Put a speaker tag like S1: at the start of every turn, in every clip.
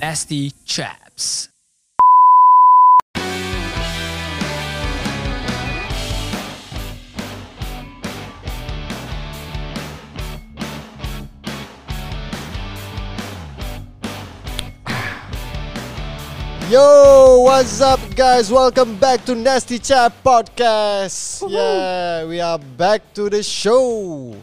S1: Nasty Chaps.
S2: Yo, what's up, guys? Welcome back to Nasty Chat Podcast. Yeah, we are back to the show.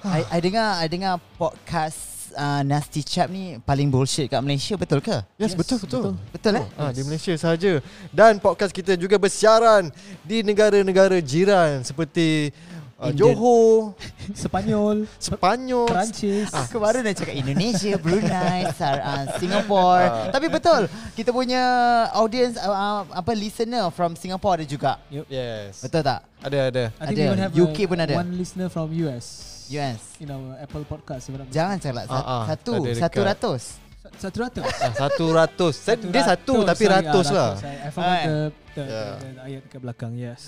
S3: I, I dengar I dengar podcast uh, Nasty Chap ni paling bullshit kat Malaysia betul ke?
S2: Yes, betul betul.
S3: Betul eh?
S2: Ah, di Malaysia sahaja. Dan podcast kita juga bersiaran di negara-negara jiran seperti uh,
S3: Indian.
S2: Johor,
S4: Sepanyol,
S2: Sepanyol,
S4: Perancis.
S3: Ah, aku baru nak cakap Indonesia, Brunei, Sar, uh, Singapore.
S2: Ah.
S3: Tapi betul, kita punya audience uh, uh, apa listener from Singapore ada juga.
S2: Yes.
S3: Betul tak?
S2: Ada ada.
S4: I think we
S3: ada.
S4: even have
S3: UK
S4: a,
S3: pun ada.
S4: one listener from US.
S3: US.
S4: In our Apple podcast. if I'm not
S3: Jangan cakap
S2: Ah, ah,
S3: uh, satu,
S2: ada dekat.
S3: satu ratus.
S4: mistaken. Sa- Satu ratus.
S2: Ah, satu ratus. Saya- Dia satu tapi
S4: sorry, ah,
S2: ratus lah.
S4: I, I forgot
S3: Ah.
S4: the, the,
S2: Yeah.
S4: the, the ayat kat belakang. Yes.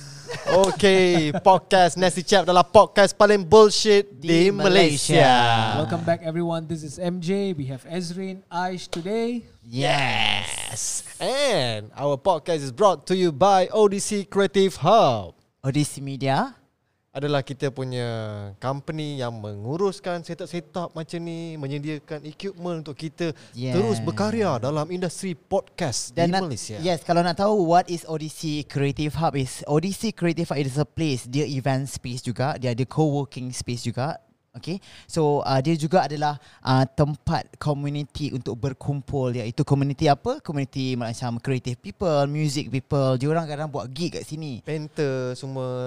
S2: Okay, podcast Nasty Chat adalah podcast paling bullshit di,
S3: Di Malaysia.
S2: Malaysia.
S4: Welcome back everyone. This is MJ. We have Ezrin, Aish today.
S3: Yes.
S2: And our podcast is brought to you by ODC Creative Hub.
S3: Odyssey Media.
S2: Adalah kita punya company yang menguruskan setup-setup macam ni, menyediakan equipment untuk kita
S3: Yeah.
S2: terus berkarya dalam industri podcast di
S3: nak-
S2: Malaysia.
S3: Yes, kalau nak tahu what is Odyssey Creative Hub is Odyssey Creative Hub is a place, dia event space juga, dia ada co-working space juga. Okay, so uh, dia juga adalah uh, tempat community untuk berkumpul iaitu community apa? Community macam creative people, music people. Diorang kadang buat gig kat sini.
S2: Painter semua.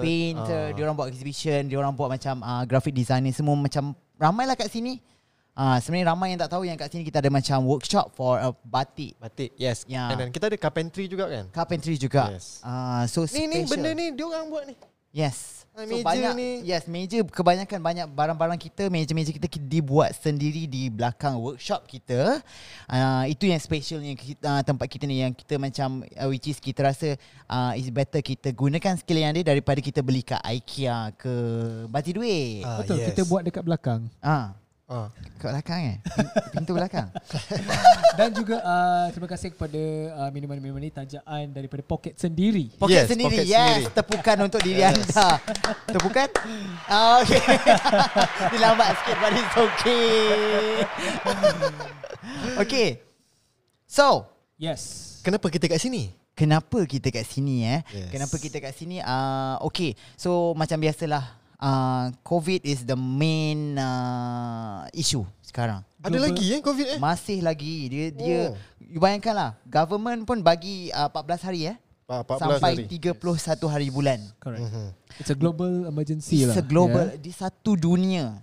S2: ah,
S3: Painter, diorang buat exhibition, diorang buat macam uh, graphic designer semua macam ramailah kat sini. Uh, sebenarnya ramai yang tak tahu yang kat sini kita ada macam workshop for uh, batik
S2: Batik, yes.
S3: Ya.
S2: And then kita ada carpentry juga kan?
S3: Carpentry juga.
S2: Yes.
S3: Ah, so
S2: Ni
S3: special.
S2: ni benda ni diorang buat ni.
S3: Yes.
S2: Ah,
S3: so
S2: meja
S3: banyak
S2: ni.
S3: yes meja kebanyakan banyak barang-barang kita meja-meja kita ki- dibuat sendiri di belakang workshop kita. Uh, itu yang specialnya kita, uh, tempat kita ni yang kita macam uh, which is kita rasa uh, is better kita gunakan skill yang ada daripada kita beli kat IKEA ke Bati Duit.
S2: Ah,
S4: Betul, kita buat dekat belakang.
S3: Ah,
S2: Ah.
S3: kat belakang eh. Pin- Pintu belakang.
S4: Dan juga uh, terima kasih kepada uh, minuman-minuman ni tajaan daripada poket sendiri.
S2: Yes,
S3: Poket sendiri.
S2: poket
S3: yes,
S2: sendiri.
S3: tepukan untuk diri anda. Tepukan? Ah, okay. Dia lambat sikit but it's okay. okay. So,
S4: Yes.
S2: Kenapa kita kat sini?
S3: kenapa kita kat sini eh?
S2: Yes.
S3: Kenapa kita kat sini? Ah, uh, okay. So, macam biasalah. Uh, COVID is the main uh, issue sekarang.
S2: Ada
S4: Global-
S2: lagi eh COVID eh?
S3: Masih lagi dia dia
S2: Oh.
S3: you bayangkanlah government pun bagi uh, 14 hari eh
S2: Pa- 14
S3: sampai
S2: hari.
S3: 31 hari bulan.
S4: Correct. It's a global emergency
S3: It's
S4: lah.
S3: a global yeah. Di satu dunia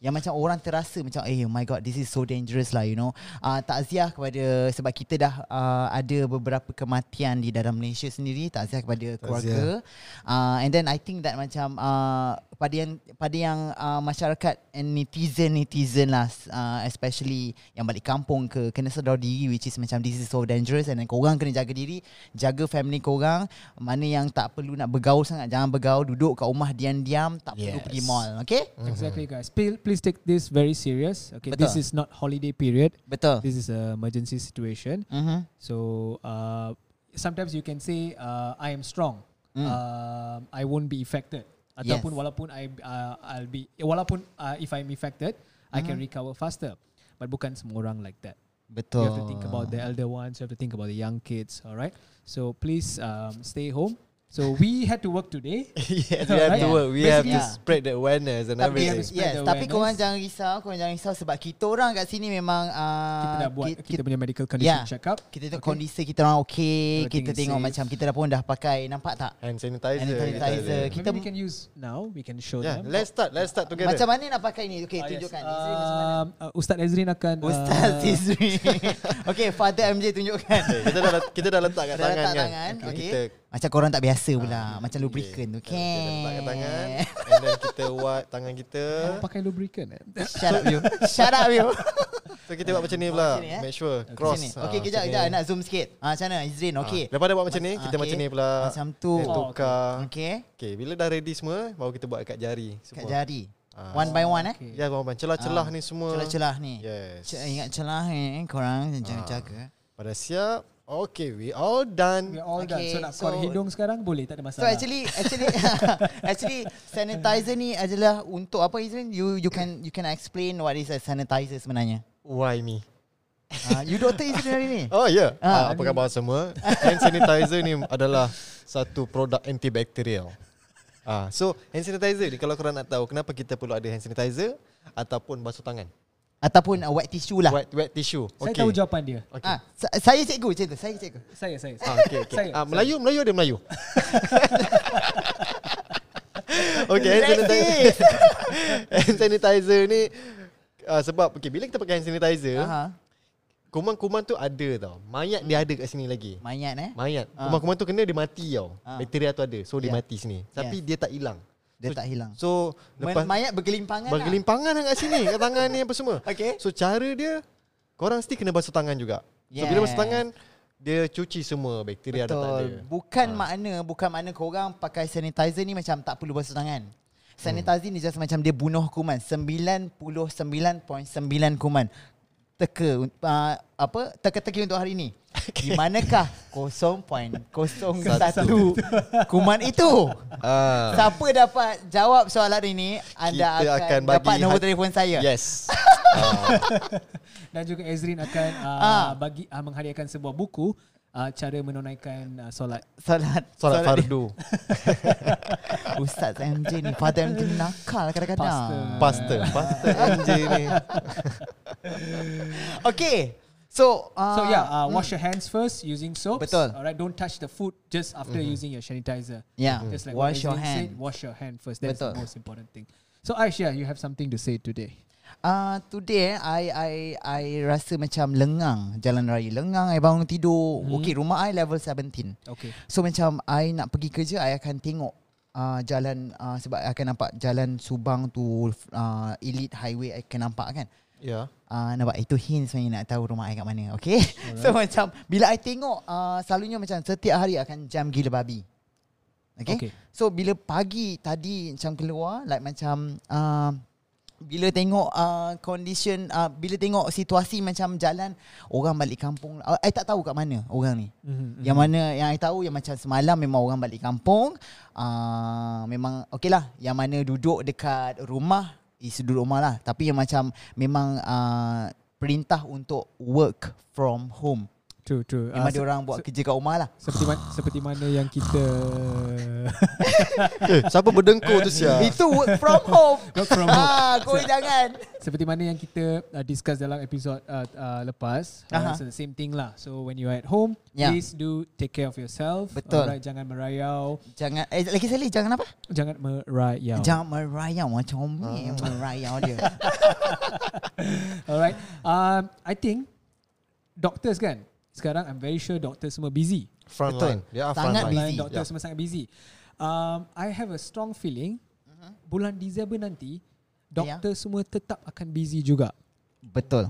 S3: yang macam orang terasa macam eh oh my god this is so dangerous lah you know uh, takziah kepada sebab kita dah uh, ada beberapa kematian di dalam Malaysia sendiri takziah kepada keluarga uh, and then I think that macam uh, pada yang pada yang uh, masyarakat and netizen netizen lah uh, especially yang balik kampung ke kena sedar diri which is macam this is so dangerous and then korang kena jaga diri jaga family korang mana yang tak perlu nak bergaul sangat jangan bergaul duduk kat rumah diam-diam tak yes. perlu
S2: Yes.
S3: pergi mall okay
S4: Exactly, guys. Please, please take this very serious. Okay,
S3: Mm-hmm. Betul. Oh.
S4: this is not holiday period.
S3: betul
S4: This is a emergency situation.
S3: mhm
S4: So uh, sometimes you can say, uh, "I am strong.
S3: Mm.
S4: Um, I won't be affected."
S3: Yes.
S4: Ataupun walaupun I uh, I'll be walaupun uh, if I'm affected, I can
S3: Mm-hmm.
S4: recover faster. But bukan semua orang like that.
S3: betul
S4: You have to think about the elder ones. You have to think about the young kids. All right. So please um, stay home. So we had to work today.
S2: yes, we
S4: Right?
S2: have to work. We have to
S3: Basically-
S2: spread the awareness and
S4: Tapi we have
S2: everything.
S4: to spread
S3: Yes,
S4: the
S3: tapi
S4: awareness.
S3: korang jangan risau, korang jangan risau sebab kita orang kat sini memang uh,
S4: kita dah buat kita,
S3: kita,
S4: punya medical condition
S3: Yeah.
S4: check up.
S3: kita tengok kondisi kita orang okey,
S4: Everything
S3: kita
S4: is
S3: tengok
S4: safe.
S3: macam kita dah pun dah pakai nampak tak?
S2: Hand sanitizer.
S3: Hand sanitizer.
S2: sanitizer.
S3: Kita-
S4: Maybe we can use now. We can show
S2: Yeah,
S4: them.
S2: let's start. Let's start together.
S3: Macam mana nak pakai ni?
S4: Ah,
S3: Okey,
S4: yes.
S3: Ya, tunjukkan. Izrin macam mana?
S4: Um, uh, Ustaz Ezrin akan uh,
S3: Ustaz Izri. Okey, Father MJ tunjukkan.
S2: Okay, kita dah kita dah letak kat
S3: Kita
S2: tangan
S3: letak
S2: kan.
S3: tangan, okey.
S2: Kita
S3: Macam korang tak biasa pula,
S4: Ah,
S3: macam lubricant tu.
S2: Okay. Kita dah letak kat tangan.
S3: Okay.
S2: And then kita wipe tangan kita.
S4: Awak pakai lubricant. eh?
S3: Shut up you. Shut up you.
S2: So kita buat macam ni pula.
S3: Macam ni, eh?
S2: Make sure cross.
S3: Sini.
S2: Ah,
S3: Okey,
S2: macam
S3: kejap
S2: ni.
S3: kejap nak zoom sikit. Ah, macam mana Izrin?
S2: Ah,
S3: Okey.
S2: Lepas dah buat macam ni,
S3: Mas-
S2: kita
S3: ah,
S2: macam
S3: okey.
S2: ni pula.
S3: Macam tu. Oh,
S2: Then tukar.
S3: Okey.
S2: Okay, bila dah ready semua, baru kita buat kat jari.
S3: Kat
S2: Semua.
S3: jari.
S2: Ah.
S3: One by one eh.
S4: Okay.
S2: Ya, bang, celah-celah ni semua.
S3: Celah-celah ni.
S2: Yes.
S3: C- ingat celah eh korang eh. jaga-jaga.
S2: Pada siap. Okay, we all
S4: We
S2: done.
S4: are all okay, done. So nak so,
S3: Okay, so-
S4: hidung sekarang boleh tak ada
S3: So
S4: masalah.
S3: actually actually actually sanitizer ni adalah untuk apa Izrin? You you can you can explain what is a sanitizer sebenarnya.
S2: Why me?
S3: Uh, you doktor Izrin hari ni.
S2: Oh ya. Yeah. Ah,
S3: Ah,
S2: apa khabar semua? hand sanitizer ni adalah satu produk antibakterial. Ah, so hand sanitizer ni kalau korang nak tahu kenapa kita perlu ada hand sanitizer ataupun basuh tangan.
S3: Ataupun uh, wet tissue lah.
S2: Wet wet tissue.
S4: saya
S2: Okay.
S4: tahu jawapan dia.
S2: Okay.
S3: Ah, sa- saya cikgu macam tu, saya cikgu.
S4: Saya saya. saya.
S2: Ah, okay, okay.
S4: Saya,
S2: ah,
S4: saya.
S2: Melayu, Melayu ada Melayu. okay, hand
S3: Relax
S2: sanitizer. hand sanitizer ni ah, sebab okay, bila kita pakai hand sanitizer,
S3: Aha.
S2: kuman-kuman tu ada tau. Mayat dia ada kat sini lagi.
S3: Mayat eh.
S2: Mayat.
S3: Ah.
S2: Kuman-kuman tu kena dia mati tau.
S3: Ah.
S2: Bakteria tu ada. So dia
S3: Yeah.
S2: mati sini. Tapi
S3: Yes.
S2: dia tak hilang.
S3: Dia
S2: so,
S3: tak hilang.
S2: So lepas
S3: Men- mayat bergelimpangan. Lah.
S2: bergelimpangan lah kat sini kat tangan ni apa semua.
S3: Okay.
S2: So cara dia korang mesti kena basuh tangan juga. So bila basuh
S3: Yes.
S2: tangan dia cuci semua bakteria dah tak
S3: Betul.
S2: ada. Ha.
S3: Bukan makna bukan makna korang pakai sanitizer ni macam tak perlu basuh tangan. Sanitizer ni just macam dia bunuh kuman 99.9 kuman. Teka uh, apa teka-teki untuk hari ni. Di manakah 0.01 kuman itu?
S2: Ah.
S3: Siapa dapat jawab soalan ini anda
S2: Kita
S3: akan,
S2: akan bagi
S3: dapat nombor
S2: hak-
S3: telefon saya.
S2: Yes.
S4: Dan juga Ezrin akan uh,
S3: Ah.
S4: bagi uh, menghadiahkan sebuah buku uh, cara menunaikan uh, solat.
S3: Solat
S2: Solat
S3: ni-
S2: fardu.
S3: Ustaz MJ ni Father MJ ni nakal kadang-kadang
S4: Pastor.
S2: Pastor. Pastor MJ ni.
S3: Okay. So, uh,
S4: So yeah, uh, wash your hands first using soaps.
S3: Betul.
S4: Alright, don't touch the food just after using your sanitizer.
S3: Yeah.
S4: Just like
S3: Mm. wash your
S4: what Ezrin said,
S3: hand.
S4: wash your hand first. That's the
S3: Betul.
S4: most important thing. So Aisyah, you have something to say today.
S3: Uh, today I I I rasa macam lengang jalan raya. Lengang I bangun tidur. Hmm. Okay, rumah I level 17.
S4: Okay.
S3: So macam I nak pergi kerja I akan tengok uh, jalan uh, sebab I akan nampak jalan Subang tu uh, Elite Highway I akan nampak kan.
S2: Ya.
S3: Uh, nampak itu hint sebenarnya nak tahu rumah I kat mana Okay So macam Bila I tengok uh, Selalunya macam Setiap hari akan jam gila babi Okay,
S4: Okay.
S3: okay. So bila pagi tadi Macam keluar Like macam uh, Bila tengok uh, Condition uh, Bila tengok situasi Macam jalan Orang balik kampung uh, I tak tahu kat mana Orang ni
S4: Mhm,
S3: mm-hmm. Yang mana Yang I tahu Yang macam semalam Memang orang balik kampung uh, Memang Okay lah Yang mana duduk dekat rumah Is duduk rumah lah Tapi yang macam Memang uh, Perintah untuk Work from home
S4: True, true. Ah,
S3: Yang mana orang buat kerja kat rumah lah
S4: seperti mana, seperti mana yang kita
S2: Eh, siapa berdengkur tu sia?
S3: Itu work from home
S4: Work from home.
S3: ah, Kau jangan
S4: seperti mana yang kita uh, discuss dalam episod uh, uh, lepas uh,
S3: Aha.
S4: so the same thing lah so when you are at home yeah.
S3: Yeah.
S4: please do take care of yourself
S3: Betul.
S4: Alright, jangan merayau
S3: Jangan eh, Lagi sekali Jangan apa
S4: jangan merayau
S3: Jangan merayau Macam ni Merayau dia
S4: alright um I think doctors kan sekarang I'm very sure doctors semua busy
S2: Front
S3: Betul.
S2: line. Dia Ya. are front
S3: Sangat
S2: line.
S4: Online
S3: busy.
S4: doctors
S2: Yeah.
S4: semua sangat busy um I have a strong feeling
S3: Mhm.
S4: bulan Disember nanti
S3: Ya.
S4: doktor semua tetap akan busy juga
S3: Betul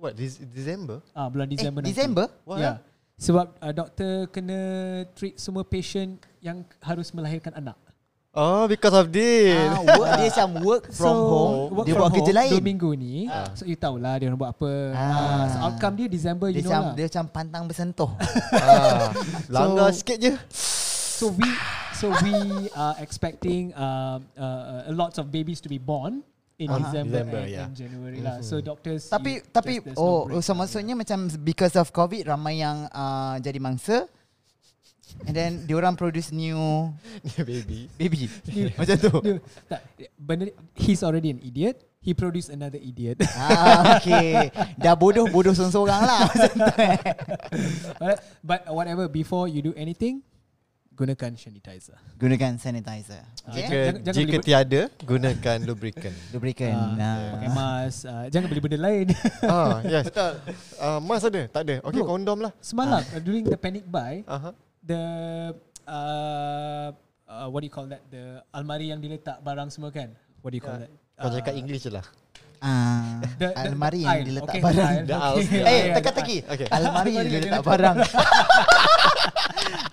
S2: What? Dec- December?
S4: ah bulan
S3: Eh
S4: Disember nanti
S3: Disember
S2: Why?
S4: Ya. Sebab uh, doktor kena treat semua patient yang harus melahirkan anak.
S2: Oh, because of this.
S3: ah, work, Dia macam work from home
S4: work
S3: Dia
S4: from
S3: buat
S4: home
S3: kerja lain
S4: Dua minggu ni. So you tahulah dia orang buat apa. Ah.
S3: Ah.
S4: So outcome dia December
S3: dia
S4: you
S3: macam,
S4: know lah.
S3: dia macam pantang bersentuh
S2: Ah, langgar sikit je.
S4: So we so we are expecting uh, uh, uh, lots of babies to be born in
S2: Uh-huh.
S4: December,
S2: December,
S4: and,
S2: yeah.
S4: and January lah. So doctors
S3: Mm-hmm. Tapi
S4: you-
S3: tapi
S4: just- there's no
S3: oh,
S4: break
S3: oh so
S4: lah.
S3: maksudnya macam because of covid ramai yang uh, jadi mangsa and then diorang produce new
S2: Dia Ya, baby.
S3: baby macam tu.
S4: Dia- tak, benda ni- he's already an idiot. He produced another idiot.
S3: ah okey. Dah bodoh bodoh seorang-seorang lah macam tu. Eh.
S4: Alright, But whatever before you do anything gunakan sanitizer.
S3: Gunakan sanitizer. Okay.
S2: Jika,
S4: Jangan- jangan
S2: jika
S4: beli-
S2: Eh, tiada, gunakan lubrikan.
S3: Lubrikan.
S4: Ah, pakai
S3: Ah.
S4: mask ah, jangan beli benda lain
S2: ah, yes. Betul. Uh, mas ada? Tak ada. Okey,
S4: Bro.
S2: kondom lah.
S4: semalam
S3: Ah.
S4: uh, during the panic buy
S2: Aha.
S4: the uh, uh, what do you call that the almari yang diletak barang semua kan what do you call that
S2: Kau cakap English je lah.
S3: Ah,
S4: The- the- the
S3: almari yang
S4: aisle.
S3: diletak
S4: Okay,
S3: barang.
S4: aisle.
S2: The
S4: Okay.
S2: aisle.
S4: Yeah,
S3: Eh,
S4: yeah,
S3: teka-teki.
S2: the- okay.
S3: Almari yang
S4: Almari yang
S3: diletak
S4: diletak
S3: barang.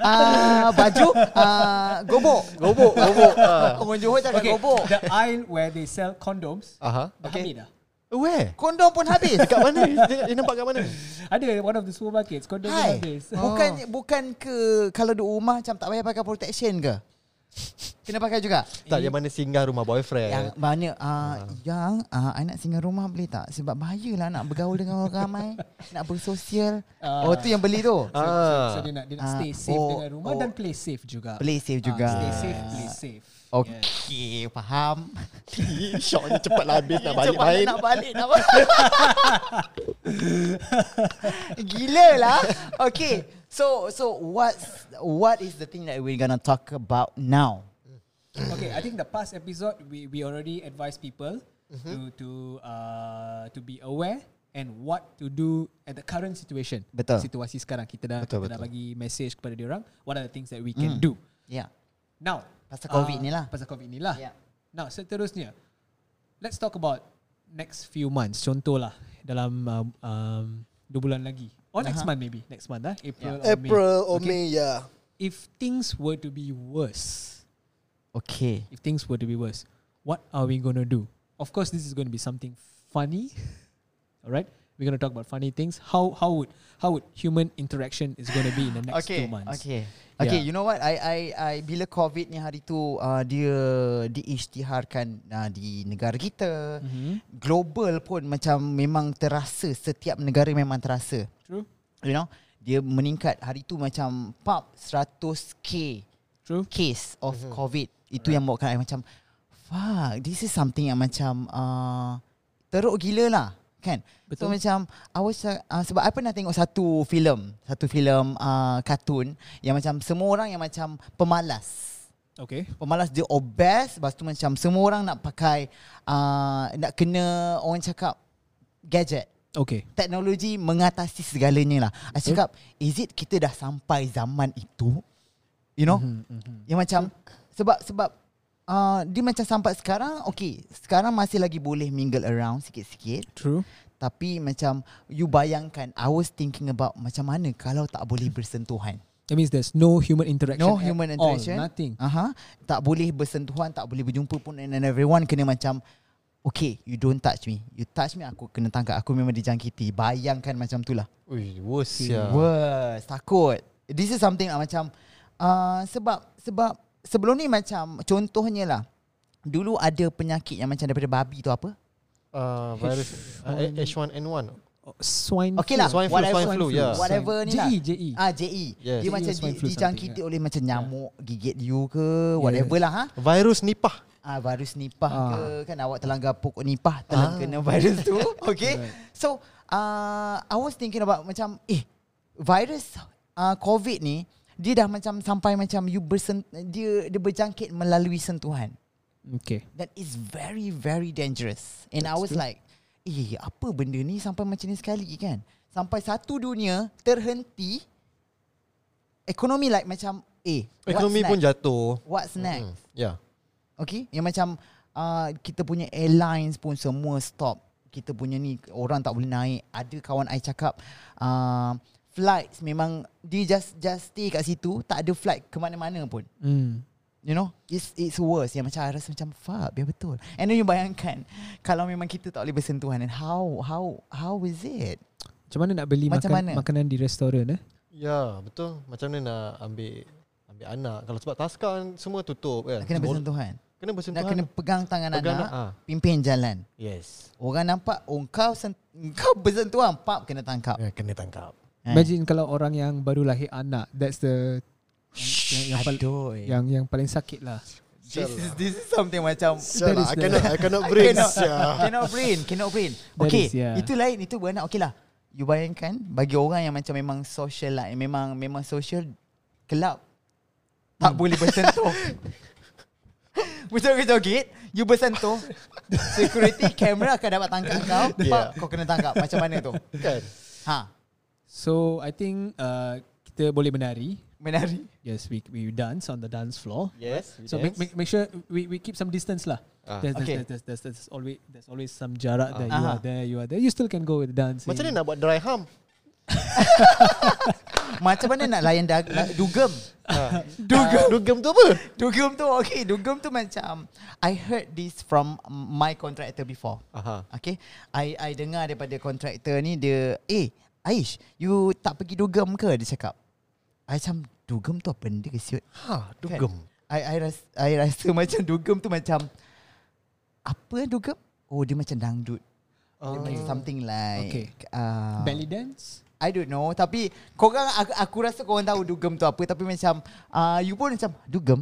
S3: Ah, baju, ah, gobok.
S2: Gobok, gobok. Ah.
S3: Orang Johor
S4: the-
S3: cakap
S4: Okay,
S3: gobok.
S4: the aisle where they sell condoms.
S3: Ah.
S2: Aha.
S4: Dah habis dah.
S2: Where?
S3: Kondom pun habis.
S2: Kat mana? Dia, dia nampak kat mana?
S4: Ada one of the supermarkets Condom
S3: Hai. Oh.
S4: habis
S3: Bukan bukan ke kalau duduk rumah macam tak payah pakai protection ke? Kena pakai juga.
S2: Tak, yang mana singgah rumah
S3: Yang
S2: boyfriend.
S3: mana uh, yang uh, anak singgah rumah boleh tak? Sebab bahayalah nak bergaul dengan orang ramai, nak bersosial.
S4: Ah.
S3: Oh tu yang beli tu.
S4: So, so, so
S2: Ah.
S4: dia nak, dia nak
S3: Ah,
S4: stay safe
S3: oh,
S4: dengan rumah
S3: oh.
S4: dan play safe juga.
S3: Play safe
S4: Ah,
S3: juga.
S4: stay safe, play safe. Yeah.
S3: Okey, faham.
S2: Shock ni cepatlah habis nak balik
S3: Cepat
S2: main.
S3: nak balik nak balik. Gila lah. Okay. So so what what is the thing that we're gonna talk about now?
S4: Okay, I think the past episode we we already advised people
S3: Mm-hmm.
S4: to to uh to be aware and what to do at the current situation.
S3: Betul.
S4: Situasi sekarang kita dah
S2: Betul,
S4: kita dah
S2: betul.
S4: bagi message kepada dia orang what are the things that we can do.
S3: Mm. Yeah.
S4: Now,
S3: Pasal COVID ni lah.
S4: Pasal COVID ni lah.
S3: Yeah.
S4: Now, seterusnya let's talk about next few months. Contohlah dalam um, um dua bulan lagi. Or next month maybe. Next month lah.
S3: eh?
S4: April
S3: Ya.
S4: or May.
S5: or May, yeah.
S4: If things were to be worse,
S3: Okay.
S4: if things were to be worse, what are we going to do? Of course, this is going to be something funny. All right, we're going to talk about funny things. How how would how would human interaction is going to be in the next
S3: okay.
S4: two months?
S3: Okay. Okay,
S4: Yeah.
S3: you know what? I I I bila COVID ni hari tu uh, dia diisytiharkan uh, di negara kita. Mm-hmm. Global pun macam memang terasa setiap negara memang terasa.
S4: True.
S3: You know, dia meningkat hari tu macam pop 100k
S4: True.
S3: case of mm-hmm. COVID. Itu yang buatkan I macam fuck, this is something yang macam uh, teruk gila lah. Kan?
S4: Betul.
S3: Betul. So macam I was, uh, sebab I pernah tengok satu filem, satu filem uh, kartun yang macam semua orang yang macam pemalas.
S4: Okay.
S3: Pemalas dia obes Lepas tu macam semua orang nak pakai uh, Nak kena orang cakap gadget
S4: Okay.
S3: Teknologi mengatasi segalanya lah I cakap is it kita dah sampai zaman itu You know
S4: Mhm,
S3: mm-hmm, Yang macam Sebab sebab uh, Dia macam sampai sekarang Okay Sekarang masih lagi boleh mingle around sikit-sikit
S4: True.
S3: Tapi macam You bayangkan I was thinking about Macam mana kalau tak boleh bersentuhan
S4: That means there's no human interaction.
S3: No
S4: at
S3: human
S4: all,
S3: interaction.
S4: nothing.
S3: Aha. Tak boleh bersentuhan, tak boleh berjumpa pun and then everyone kena macam Okay, you don't touch me. You touch me, aku kena tangkap. Aku memang dijangkiti. Bayangkan macam tu lah.
S2: Ui, worse ya.
S3: Yeah. Worst, takut. This is something lah macam uh, sebab sebab sebelum ni macam contohnya lah dulu ada penyakit yang macam daripada babi tu apa?
S2: Ah, virus ah, eh, H1N1.
S4: Oh, swine.
S3: Okay lah
S2: Hmm. Swine flu,
S3: whatever,
S2: swine flu, yeah. E,
S3: Whatever ni lah
S4: JE, JE.
S3: Ah JE
S2: Yes.
S3: Dia
S4: JE
S3: macam
S4: or swine
S3: di-
S4: flu
S3: dijangkiti
S4: something,
S3: oleh macam nyamuk Gigit you ke Whatever lah ha
S2: Virus nipah.
S3: ah virus nipah ah.
S4: Ah.
S3: ke kan awak terlanggar pokok nipah telah ah. kena virus tu okay
S4: Right.
S3: so uh, I was thinking about macam eh virus uh, covid ni dia dah macam sampai macam you bersen, dia dia berjangkit melalui sentuhan
S4: Okay.
S3: that is very very dangerous and
S4: That's
S3: I was
S4: true.
S3: like eh apa benda ni sampai macam ni sekali kan sampai satu dunia terhenti ekonomi like macam eh what's
S2: Ekonomi
S3: next?
S2: pun jatuh.
S3: what's next
S2: Hmm, Ya.
S3: Okay Yang macam uh, Kita punya airlines pun semua stop Kita punya ni Orang tak boleh naik Ada kawan I cakap uh, Flights memang Dia just just stay kat situ Tak ada flight ke mana-mana pun
S4: Mm.
S3: You know It's it's worse Yang macam I rasa macam Fuck biar betul And then you bayangkan Kalau memang kita tak boleh bersentuhan And how How How is it
S4: Macam mana nak beli Macam
S3: Macam mana?
S4: makan, makanan di restoran eh?
S2: Ya, betul. Macam mana nak ambil ambil anak kalau sebab taska kan semua tutup kan.
S3: Nak kena
S2: Semua-
S3: bersentuhan
S2: Kena
S3: Nak
S2: bersentuhan.
S3: kena pegang tangan
S2: Pegang
S3: anak
S2: anak, ah.
S3: Pimpin jalan
S2: Yes.
S3: Orang nampak Oh kau, sen- kau bersentuhan Pap kena tangkap
S2: Ya, kena tangkap.
S3: Eh.
S4: Imagine kalau orang yang baru lahir anak, that's the yang, yang, yang, pal-
S3: Eh. Aduh ya.
S4: yang, yang paling sakit lah.
S3: This is this is something
S4: That
S3: macam
S4: is
S2: Salah, I
S4: the-
S2: cannot, I cannot
S3: I
S2: breathe.
S3: cannot,
S2: Sial.
S3: cannot brain, cannot brain.
S4: That is,
S3: Okay,
S4: yeah.
S3: itu lain, itu beranak. Okay lah. You bayangkan bagi orang yang macam memang social lah, yang memang memang social kelab tak
S4: Hmm.
S3: boleh bersentuh. Macam joget-joget You bersentuh Security kamera akan dapat tangkap kau yeah.
S2: Yeah.
S3: Kau kena tangkap Macam mana tu
S2: Kan?
S3: Ha
S4: So I think uh, kita boleh menari.
S3: Menari.
S4: Yes, we, we dance on the dance floor.
S2: Yes. we
S4: So make,
S2: dance.
S4: make, make sure we, we keep some distance lah.
S2: Ah.
S4: There's,
S3: Okay.
S4: there's, there's, there's, there's always there's always some jarak there. You
S3: Ah.
S4: are there, you are there. You still can go with dancing.
S2: Macam mana nak buat dry hump?
S3: Macam mana nak layan dag- la- dugem?
S2: Ha.
S3: Dugem.
S2: Dugem tu apa?
S3: Dugem tu okay. Dugem tu macam I heard this from my contractor before.
S2: Aha.
S3: Okay I I dengar daripada kontraktor ni Dia Eh Aish You tak pergi dugem ke Dia cakap I macam Dugem tu apa benda ke siut
S2: Ha, dugem.
S3: I, I, ras, I rasa macam dugem tu macam Apa eh dugem Oh dia macam dangdut oh.
S2: Oh.
S3: Something like
S4: Okay.
S3: uh,
S4: Belly dance?
S3: I don't know Tapi korang aku, aku rasa korang tahu dugem tu apa Tapi macam uh, You pun macam Dugem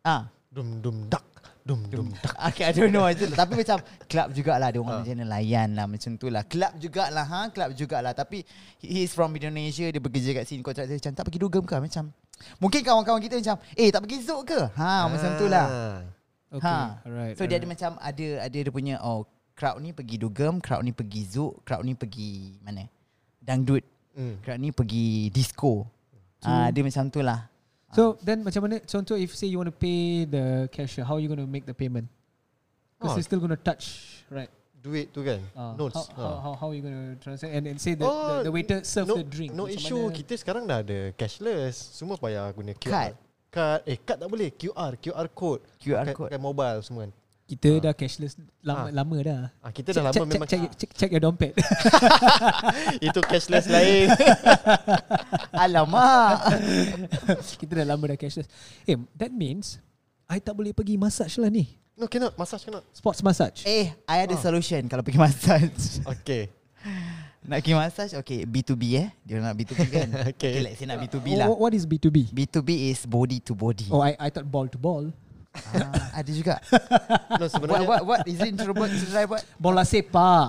S3: Ah,
S2: Dum dum dak. Dum dum dak.
S3: Okay, I don't know macam tu. Tapi macam club jugalah dia orang macam mana layan lah macam tu lah. Club jugalah ha, club jugalah. Tapi he is from Indonesia, dia bekerja kat sini. Kontrak dia macam tak pergi dugem ke macam. Mungkin kawan-kawan kita macam, "Eh, tak pergi zuk ke?" Ha, macam tu lah.
S2: Ah.
S4: Okay.
S3: Ha.
S4: Alright.
S3: so dia ada
S4: alright.
S3: macam ada ada dia punya oh, crowd ni pergi dugem, crowd ni pergi zuk, crowd ni pergi mana? Dangdut.
S2: Hmm.
S3: Crowd ni pergi disco. Ah, dia macam tu lah.
S4: So then macam mana contoh if say you want to pay the cashier, how are you going to make the payment? Because
S2: Oh.
S4: you're still going to touch, right?
S2: Duit tu kan?
S4: Ah,
S2: Notes.
S3: Oh,
S4: How, how, how, how are you going to transact and, and say that the,
S2: Oh,
S4: the waiter serve
S2: no,
S4: the drink?
S2: No
S4: Macam
S2: issue.
S4: mana-
S2: Kita sekarang dah ada cashless. Semua payah guna
S3: Card.
S2: QR. Card. Eh, card tak boleh. QR. QR code.
S3: QR
S2: Pakai-
S3: code.
S2: Pakai mobile semua kan.
S4: Kita dah cashless lama,
S2: Ah.
S4: lama dah.
S2: Ah, kita dah lama
S4: check,
S2: memang
S4: check, check, check, check your dompet.
S2: itu cashless lain.
S3: Alamak.
S4: kita dah lama dah cashless. Eh, that means I tak boleh pergi massage lah ni.
S2: no, cannot. Massage cannot.
S4: Sports massage.
S3: eh, I ada solution kalau pergi massage.
S2: Okay.
S3: Nak pergi massage Okay B2B eh Dia nak B2B kan
S2: Okay.
S3: okay Let's say nak B2B
S4: Oh,
S3: lah
S4: what- what is B2B?
S3: B2B is body to body
S4: Oh, I, I thought ball to ball.
S3: ah, Ada juga
S2: No,
S3: What
S2: sebenarnya
S3: what what Is it introvert Should I buat
S4: Bola sepak.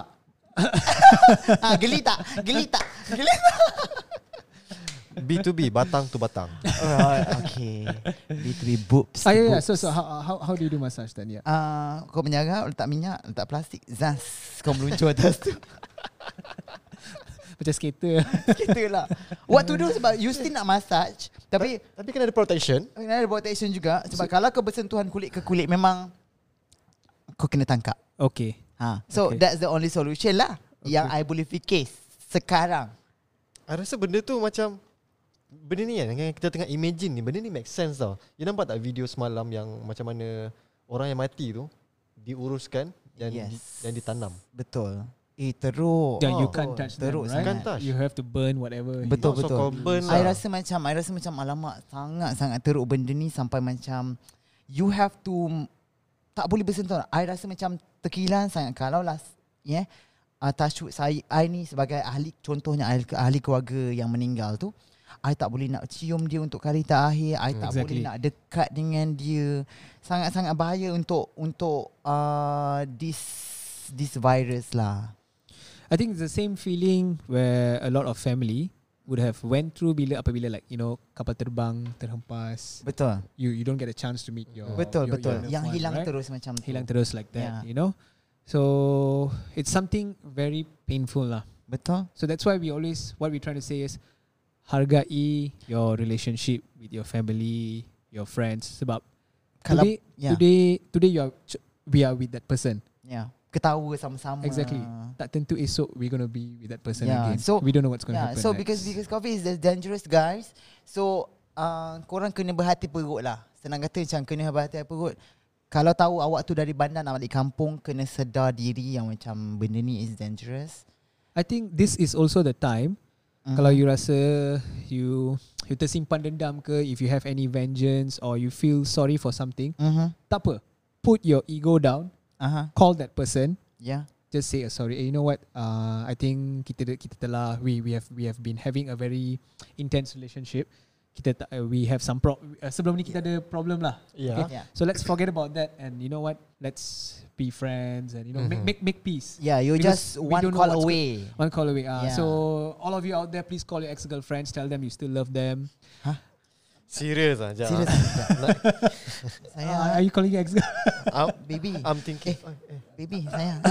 S3: ah, Geli tak Geli tak Geli tak
S2: B2B, batang to batang.
S3: Alright, Okay B2B boobs
S4: Ah, yeah, yeah.
S3: boobs.
S4: So, so how, how, how do you do massage then? Yeah.
S3: Ah, Kau menjaga Letak minyak Letak plastik Zas Kau meluncur atas tu
S4: Macam skater.
S3: Kita lah What to do sebab You still nak massage Tapi
S2: Tapi kena ada protection.
S3: Kena ada protection juga Sebab kalau kau bersentuhan kulit ke kulit Memang Kau kena tangkap
S4: Okay.
S3: Ha. So
S4: Okay.
S3: okay. that's the only solution lah okay. yang I boleh fikir sekarang.
S2: I rasa benda tu macam Benda ni kan yang Kita tengah imagine ni Benda ni make sense tau You nampak tak video semalam Yang macam mana Orang yang mati tu Diuruskan Dan, yes. di,
S3: Yes.
S2: dan ditanam
S3: Betul. Eh teruk.
S4: Yeah, you
S2: Oh,
S4: can't touch
S3: teruk
S4: them, right?
S2: sangat. Can't touch.
S4: You have to burn whatever. you-
S3: Betul
S2: So
S3: betul.
S2: kau burn
S3: I
S2: lah.
S3: rasa macam I rasa macam alamak sangat sangat teruk benda ni sampai macam you have to tak boleh bersentuhan. I rasa macam terkilan sangat kalau lah ya. Yeah, uh, touchwood saya I ni sebagai ahli contohnya ahli, ahli keluarga yang meninggal tu I tak boleh nak cium dia untuk kali terakhir. I tak
S4: Exactly.
S3: boleh nak dekat dengan dia. Sangat-sangat bahaya untuk untuk uh, this this virus lah.
S4: I think it's the same feeling where a lot of family would have went through bila apabila like you know kapal terbang terhempas
S3: Betul.
S4: you you don't get a chance to meet your
S3: betul
S4: your,
S3: betul.
S4: your loved
S3: yang
S4: one,
S3: hilang
S4: right?
S3: terus macam tu.
S4: hilang terus like that
S3: Yeah.
S4: you know so it's something very painful lah
S3: Betul.
S4: so that's why we always what we try to say is hargai your relationship with your family your friends sebab
S3: Kalau- ya.
S4: today
S3: yeah.
S4: today today you are ch- we are with that person
S3: Yeah. Ya, Ketawa sama-sama.
S4: exactly tak tentu esok we're going to be with that person
S3: Yeah,
S4: again
S3: so-
S4: we don't know what's going to
S3: Yeah,
S4: happen
S3: Ya, so
S4: next.
S3: because because COVID is dangerous guys. So uh, korang kena berhati perut lah. Senang kata macam kena berhati perut. Kalau tahu awak tu dari bandar nak balik kampung, kena sedar diri yang macam benda ni is dangerous.
S4: I think this is also the time Mm.
S3: Mhm.
S4: kalau you rasa you you tersimpan dendam ke if you have any vengeance or you feel sorry for something
S3: Mhm.
S4: tak apa put your ego down
S3: Aha.
S4: call that person
S3: Yeah.
S4: just say a sorry eh, you know what uh, I think kita kita telah we we have we have been having a very intense relationship kita tak, uh, we have some pro- uh, sebelum ni kita ada problem lah
S2: Ya
S3: Yeah.
S4: so let's forget about that and you know what let's be friends and you know
S3: Mm-hmm.
S4: make make make peace
S3: Yeah, Ya, you
S4: Because
S3: just
S4: we
S3: one
S4: don't know
S3: call
S4: what's go-
S3: away.
S4: One call away. Ah,
S3: Yeah.
S4: So all of you out there, please call your ex-girlfriends. Tell them you still love them.
S2: Serious lah Jam.
S3: Serious.
S2: Nak-
S4: Ah, are
S3: Saya
S4: you calling your ex?
S2: ah. I'm, Uh.
S3: baby,
S2: I'm thinking eh.
S3: baby saya.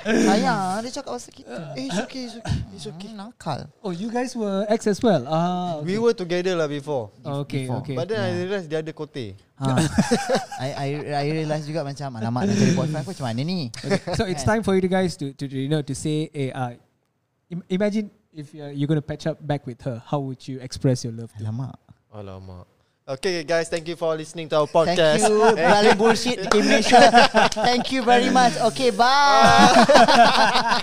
S3: Sayang Dia cakap pasal kita
S2: Eh, it's okay, it's okay. It's okay.
S3: hmm, Nakal
S4: Oh, you guys were ex as well. Ah, okay.
S2: We were together lah before.
S4: okay,
S3: before.
S4: okay.
S2: But then I realise dia ada kote.
S3: ha. I, I, I realise juga macam Alamak nak cari boyfriend aku macam mana ni
S4: Okay, so it's time for you to guys to, to you know to say, hey, uh, im- imagine if you're, you're gonna patch up back with her, how would you express your love? To her?
S3: Alamak
S2: Alamak. Okay guys, thank you for listening to our
S3: Thank
S2: podcast. Eh.
S3: you Berlalu bullshit Di Malaysia Thank you very much Okay bye
S2: Ah,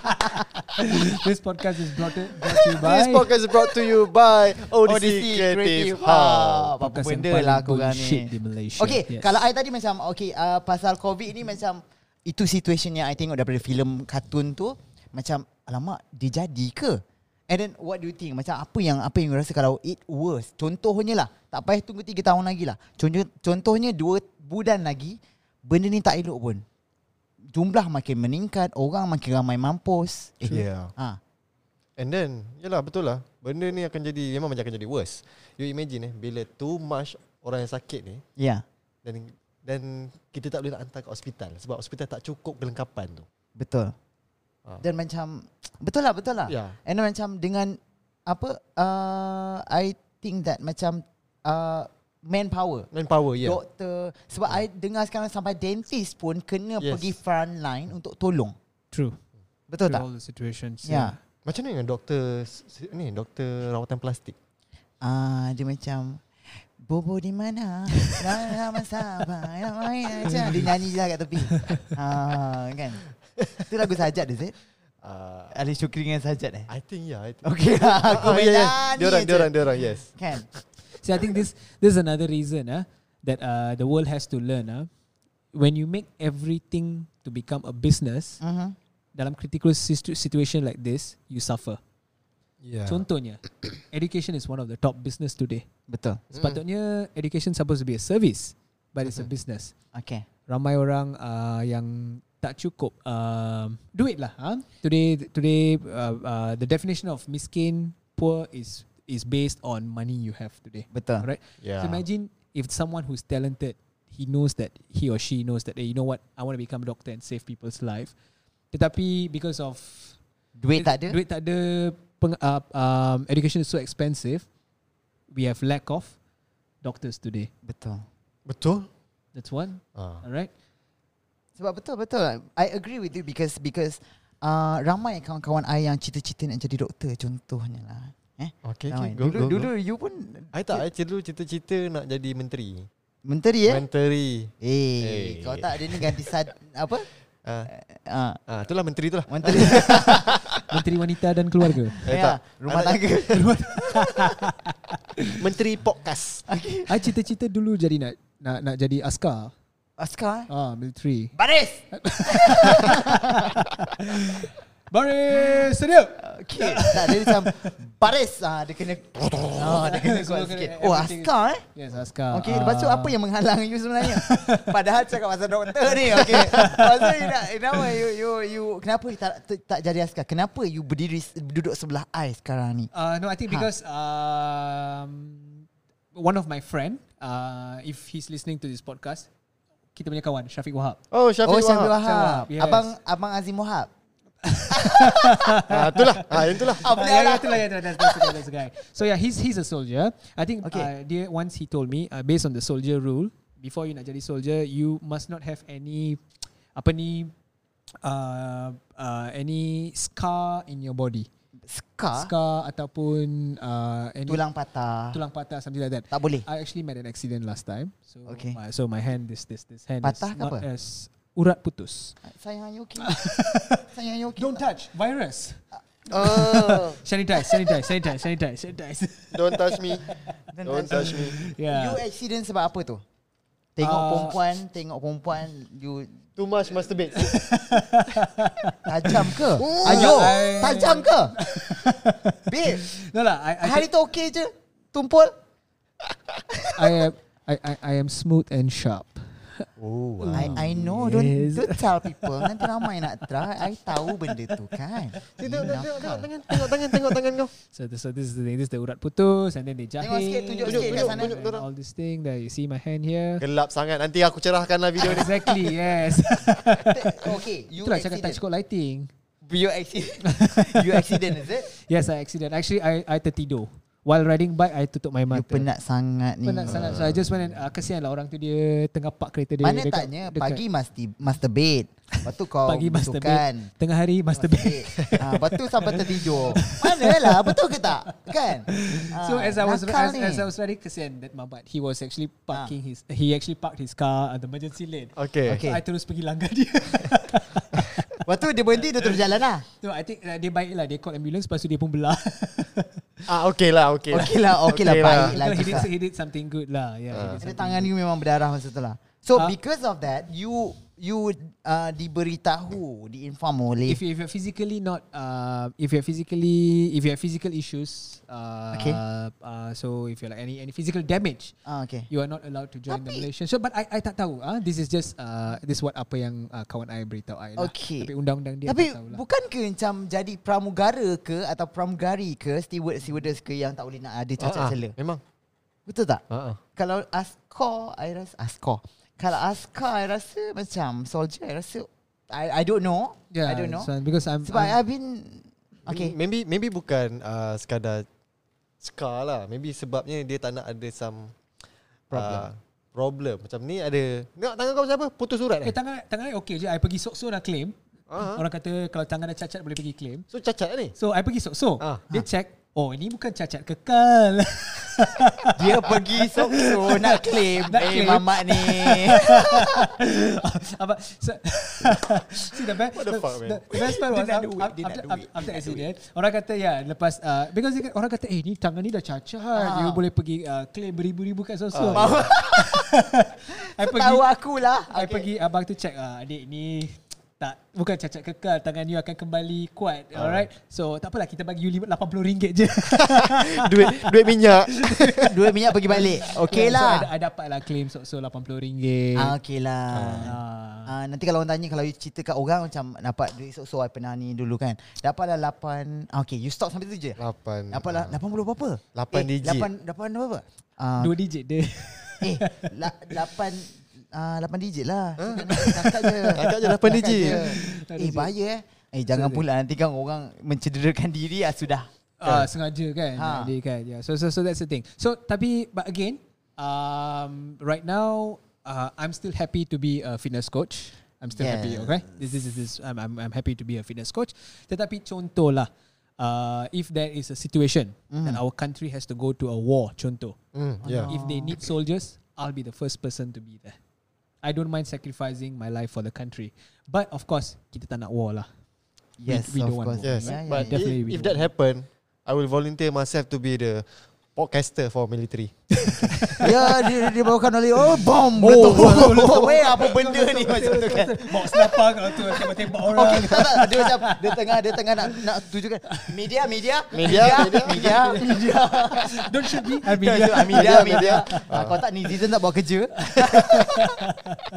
S4: this podcast is brought, to- brought to you by.
S2: This podcast is brought to you by
S3: Odyssey
S2: Odyssey, Creative Ah. Hub.
S3: Apa
S4: Podcast yang
S3: benda
S4: paling
S3: lah korang
S4: bullshit di
S3: ni
S4: Malaysia.
S3: Okay
S4: Yes.
S3: Kalau I tadi macam Okay uh, Pasal COVID ni macam Itu situation yang I tengok Daripada filem kartun tu Macam Alamak Dia jadi ke And then what do you think Macam apa yang Apa yang you rasa kalau It worse Contohnya lah Tak payah tunggu 3 tahun lagi lah Contoh, Contohnya 2 bulan lagi Benda ni tak elok pun Jumlah makin meningkat Orang makin ramai mampus
S2: Yeah.
S3: ha.
S2: And then, yalah betul lah. Benda ni akan jadi, memang macam akan jadi worse. You imagine eh, bila too much orang yang sakit ni,
S3: Yeah
S2: dan dan kita tak boleh nak hantar ke hospital sebab hospital tak cukup kelengkapan tu.
S3: Betul.
S2: Ah.
S3: Dan macam betul lah betul lah.
S2: Ya.
S3: And then macam dengan apa uh, I think that macam uh, manpower.
S2: Manpower, ya.
S3: Yeah.
S2: Yeah.
S3: Doktor sebab I dengar sekarang sampai dentist pun kena
S2: Yes.
S3: yes. pergi frontline untuk tolong.
S4: True.
S3: Betul
S4: True,
S3: tak?
S4: All the situations.
S3: Ya.
S2: Macam mana dengan doktor s- ni, doktor rawatan plastik?
S3: Ah dia macam Bobo di mana? Lama sabar. nak main aja. Dia nyanyi je lah kat tepi. Ah kan. Itu lagu Sajat is it?
S2: Uh,
S3: Ali Syukri dengan Sajat eh? Oh, ya,
S2: I think ya. Yeah, I think. ah, ya,
S3: Okay, aku main
S2: yeah.
S3: nyanyi
S2: Dia orang,
S3: je.
S2: dia orang, dia orang, yes.
S3: Kan?
S4: See, I think this this is another reason ah that uh, the world has to learn ah when you make everything to become a business
S3: Mhm.
S4: dalam critical situ- situation like this you suffer. Ya.
S2: Yeah.
S4: Contohnya, education is one of the top business today.
S3: Betul.
S2: Hmm.
S4: Sepatutnya education supposed to be a service, but it's a business.
S3: Okay.
S4: Ramai orang uh, yang tak cukup uh, duit lah. Ha? Today, today uh, uh, the definition of miskin, poor is is based on money you have today.
S3: Betul.
S4: Alright.
S2: Yeah.
S4: So imagine if someone who's talented, he knows that he or she knows that hey, you know what, I want to become a doctor and save people's life. Tetapi because of
S3: Duit tak ada?
S4: duit tak ada, peng, uh, um, education is so expensive. We have lack of doctors today.
S3: Betul.
S2: Betul?
S4: That's one.
S2: Ah.
S4: All right.
S3: Sebab betul betul. I agree with you because because uh, ramai kawan-kawan I yang cita-cita nak jadi doktor contohnya lah. Eh?
S2: Okay, okay.
S3: ramai.
S2: Go,
S3: dulu
S2: go, go.
S3: dulu you pun
S2: I tak, I dulu cita-cita nak jadi menteri.
S3: menteri eh?
S2: Yeah. Menteri.
S3: eh, hey,
S2: Eh.
S3: kau tak ada ni ganti sad apa?
S2: Ah,
S3: Ah,
S2: ah, itulah menteri tu lah.
S3: menteri.
S4: Menteri wanita dan keluarga.
S2: Eh,
S3: ya,
S2: tak.
S3: rumah
S2: Anak-
S3: tangga.
S2: Menteri podcast.
S4: I cita-cita dulu jadi nak nak nak jadi askar.
S3: Askar. eh?
S4: Ah, military.
S3: Baris.
S4: Baris sedia.
S3: Okay. tak dia macam baris ah dia kena oh, dia kena
S4: Semua
S3: kuat
S4: kena
S3: sikit. Oh,
S4: everything.
S3: askar eh?
S4: Yes, askar.
S3: Okay, lepas tu
S4: Ah.
S3: apa yang menghalang you sebenarnya? Padahal cakap pasal doktor ni, okay. Lepas tu you nak, kenapa you, you, you, kenapa you tak, tak, tak jadi askar? Kenapa you berdiri, duduk sebelah I sekarang ni?
S4: Uh, no, I think
S3: Huh.
S4: because um, one of my friend, uh, if he's listening to this podcast, kita punya kawan Syafiq Wahab.
S2: Oh, Syafiq
S3: oh, Syafiq
S2: Wahab.
S3: Wahab.
S4: Yes.
S3: Abang, Abang Azim Wahab.
S2: Ah, itulah. Ah, yang itulah.
S3: Ah,
S4: Ah,
S3: beliau
S4: yeah,
S3: lah.
S4: itulah, yeah, that's, that's, the guy, that's the guy. So yeah, he's he's a soldier. I think
S3: Okay.
S4: uh, dia once he told me uh, based on the soldier rule, before you nak jadi soldier, you must not have any apa ni uh, uh, any scar in your body,
S3: Scar,
S4: scar ataupun uh, any
S3: tulang patah.
S4: Ha? tulang Ah. patah something like that.
S3: Tak boleh.
S4: I actually made an accident last time. So
S3: Okay.
S4: my, so my hand this this this hand
S3: Patah
S4: is
S3: ke
S4: not
S3: apa?
S4: as urat putus.
S3: Sayang, you okay? Sayang, you okay?
S4: Don't touch virus.
S3: Oh,
S4: Sanitize, sanitize, sanitize, sanitize, sanitize.
S2: Don't touch me.
S3: Don't
S2: Don't touch me.
S3: you
S4: yeah.
S3: accident sebab apa tu? Tengok
S4: Ah.
S3: perempuan, tengok perempuan, you
S2: Too much masturbate.
S3: tajam ke? Ayo,
S4: I-
S3: tajam ke? Babe,
S4: No lah, I I,
S3: Hari tu okey je Tumpul
S4: I am I, I I am smooth and sharp.
S2: Oh, wow.
S3: I I know don't
S4: Yes.
S3: don't tell people nanti ramai nak try. I tahu benda tu kan. lah.
S2: Tengok, tengok, tengok,
S3: Nakal.
S2: tengok tangan, tengok tangan, tengok tangan kau.
S4: So, th- so this is the thing. This is the urat putus, and then they jahit.
S3: Tengok sikit, tunjuk
S2: Tunjuk,
S3: sikit kat
S2: tunjuk,
S3: sana.
S2: tunjuk.
S4: and all this thing that you see my hand here.
S2: Gelap sangat. Nanti aku cerahkanlah video ni.
S4: Exactly, yes.
S3: Okay, you
S4: Itulah cakap touch
S3: accident.
S4: code lighting.
S3: You accident. you accident is it?
S4: Yes, I accident. Actually, I I tertidur. While riding bike, I tutup my
S3: You
S4: mata.
S3: penat sangat ni.
S4: Penat sangat. So I just went and uh, kesian lah orang tu dia tengah park kereta dia.
S3: Mana
S4: dekat-
S3: taknya
S4: dekat-
S3: pagi mesti masturbate. Lepas tu kau
S4: pagi masturbate.
S3: masukkan.
S4: Tengah hari masturbate.
S3: Ah, lepas tu sampai tertidur. Manalah betul ke tak? Kan? Ah,
S4: So as I was
S3: nakal
S4: as,
S3: ni. Ah.
S4: as I was riding kesian that mabat he was actually parking his he actually parked his car at the emergency lane.
S2: Okay.
S3: Okay.
S4: So I terus pergi langgar dia.
S3: Lepas tu dia berhenti dia terus jalan lah.
S4: so I think uh, dia baik lah dia call ambulance lepas tu dia pun belah.
S2: Ah, okay lah, okay lah.
S3: Okey lah, okey lah,
S2: Okey
S3: baik lah.
S4: Because he, did,
S3: juga.
S4: he did something good lah. Yeah. he did
S3: Ada
S4: something
S3: tangan you memang berdarah masa tu lah. So
S4: Ah.
S3: because of that, you you uh, diberitahu, diinform oleh
S4: if, you, if you're physically not uh, if you're physically if you have physical issues uh,
S3: Okay.
S4: uh, so if you're like any any physical damage
S3: Ah, okay.
S4: you are not allowed to join the
S3: Tapi-
S4: Malaysian so but I I tak tahu ah this is just uh, this what apa yang uh, kawan I beritahu I lah.
S3: Okay.
S4: tapi undang-undang dia
S3: Tapi
S4: tak tahu lah.
S3: bukan ke macam jadi pramugara ke atau pramugari ke steward stewardess ke yang tak boleh nak ada cacat
S2: Ah, ah,
S3: sela.
S2: Memang.
S3: Betul tak?
S2: Ah, ah.
S3: Kalau askor, I rasa askor. Kalau askar, I rasa macam soldier, I rasa I I don't know.
S4: yeah,
S3: I don't know.
S4: so because I'm,
S3: Sebab
S4: I'm
S3: I've been Okay.
S2: Maybe maybe bukan uh, sekadar scar lah. Maybe sebabnya dia tak nak ada some
S3: Problem.
S2: Uh, problem. Macam ni ada. Tengok tangan kau macam apa? Putus surat
S4: eh
S2: eh?
S4: tangan tangan I okay je I pergi sok-sok nak claim
S3: Uh-huh.
S2: Ah.
S4: orang kata kalau tangan dah cacat boleh pergi claim
S2: So cacat ni.
S4: so I pergi sok-sok
S2: Ah.
S4: dia check oh ini bukan cacat kekal
S3: Dia pergi sok-sok nak claim.
S4: Nak
S3: Eh,
S4: claim.
S3: mamak ni.
S4: Apa so, See the best
S2: What the fuck, man?
S4: the, the best part
S3: Dia
S4: was
S3: nak
S4: after,
S3: duit, dia nak
S4: after,
S3: duit,
S4: after
S3: dia nak
S4: accident Orang kata ya Lepas uh, Because dia, kata- orang kata Eh ni tangan ni dah cacat
S3: Ah.
S4: You boleh pergi uh, Claim beribu-ribu
S2: Ah.
S4: kat sosok I
S3: So,
S4: pergi
S3: tahu lah. akulah.
S4: I pergi abang tu check ah, Adik ni tak bukan cacat kekal tangan you akan kembali kuat
S2: Ah.
S4: alright so tak apalah kita bagi you lima- RM80 je
S2: duit duit minyak.
S3: Dua minyak pergi balik.
S4: so, I,
S3: Okay lah.
S4: I dapat lah claim so, so RM80
S3: Ah, okay lah.
S4: Ah.
S3: Ah, nanti kalau orang tanya kalau you cerita kat orang macam dapat duit esok-esok I pernah ni dulu kan. Dapatlah 8. Ah, okay, you stop sampai tu je.
S2: Lapan.
S3: Dapatlah
S4: Ah.
S3: 80 berapa?
S2: Lapan
S3: eh,
S2: digit.
S3: 8 8 berapa? Ah,
S4: dua digit dia
S3: eh, la, 8 Ah, 8 digit lah. Huh? Cakap je.
S2: Cakap je lapan digit.
S3: je.
S4: Lapan
S3: Eh,
S4: digit.
S3: bahaya eh. Eh, jangan pula nanti kan orang mencederakan diri ah sudah.
S4: Ah, sengaja kan.
S3: Ha.
S4: Ha. Dia kan. Yeah. So so so that's the thing. So tapi but again, um right now uh, I'm still happy to be a fitness coach. I'm still happy,
S3: Yes.
S4: okay? This is this, this I'm, I'm I'm happy to be a fitness coach. Tetapi contoh lah uh, if there is a situation that our country has to go to a war, contoh.
S2: Hmm,
S3: Oh,
S2: yeah.
S4: If they need soldiers, I'll be the first person to be there. I don't mind sacrificing my life for the country. But of course, kita tak nak war lah.
S3: Yes,
S4: we
S3: of
S4: don't want
S3: course.
S4: more.
S3: Ya,
S2: Yes.
S3: Yeah, yeah,
S2: But
S3: yeah.
S4: Definitely we
S2: if, if
S4: do.
S2: that happen, I will volunteer myself to be the podcaster for military.
S3: Ya dia, dia bawakan oleh Oh bom Meletup Meletup Weh apa benda ni Macam tu kan
S4: Bawa selapa kalau tu tembak-tembak orang.
S3: Okay tak tak Dia macam Dia tengah Dia tengah nak Nak tunjukkan Media Media
S2: Media,
S3: Media Media Media
S4: Don't shoot me. I mean,
S3: Media
S4: yeah.
S3: Media Media Ah, Kau tak netizen tak bawa kerja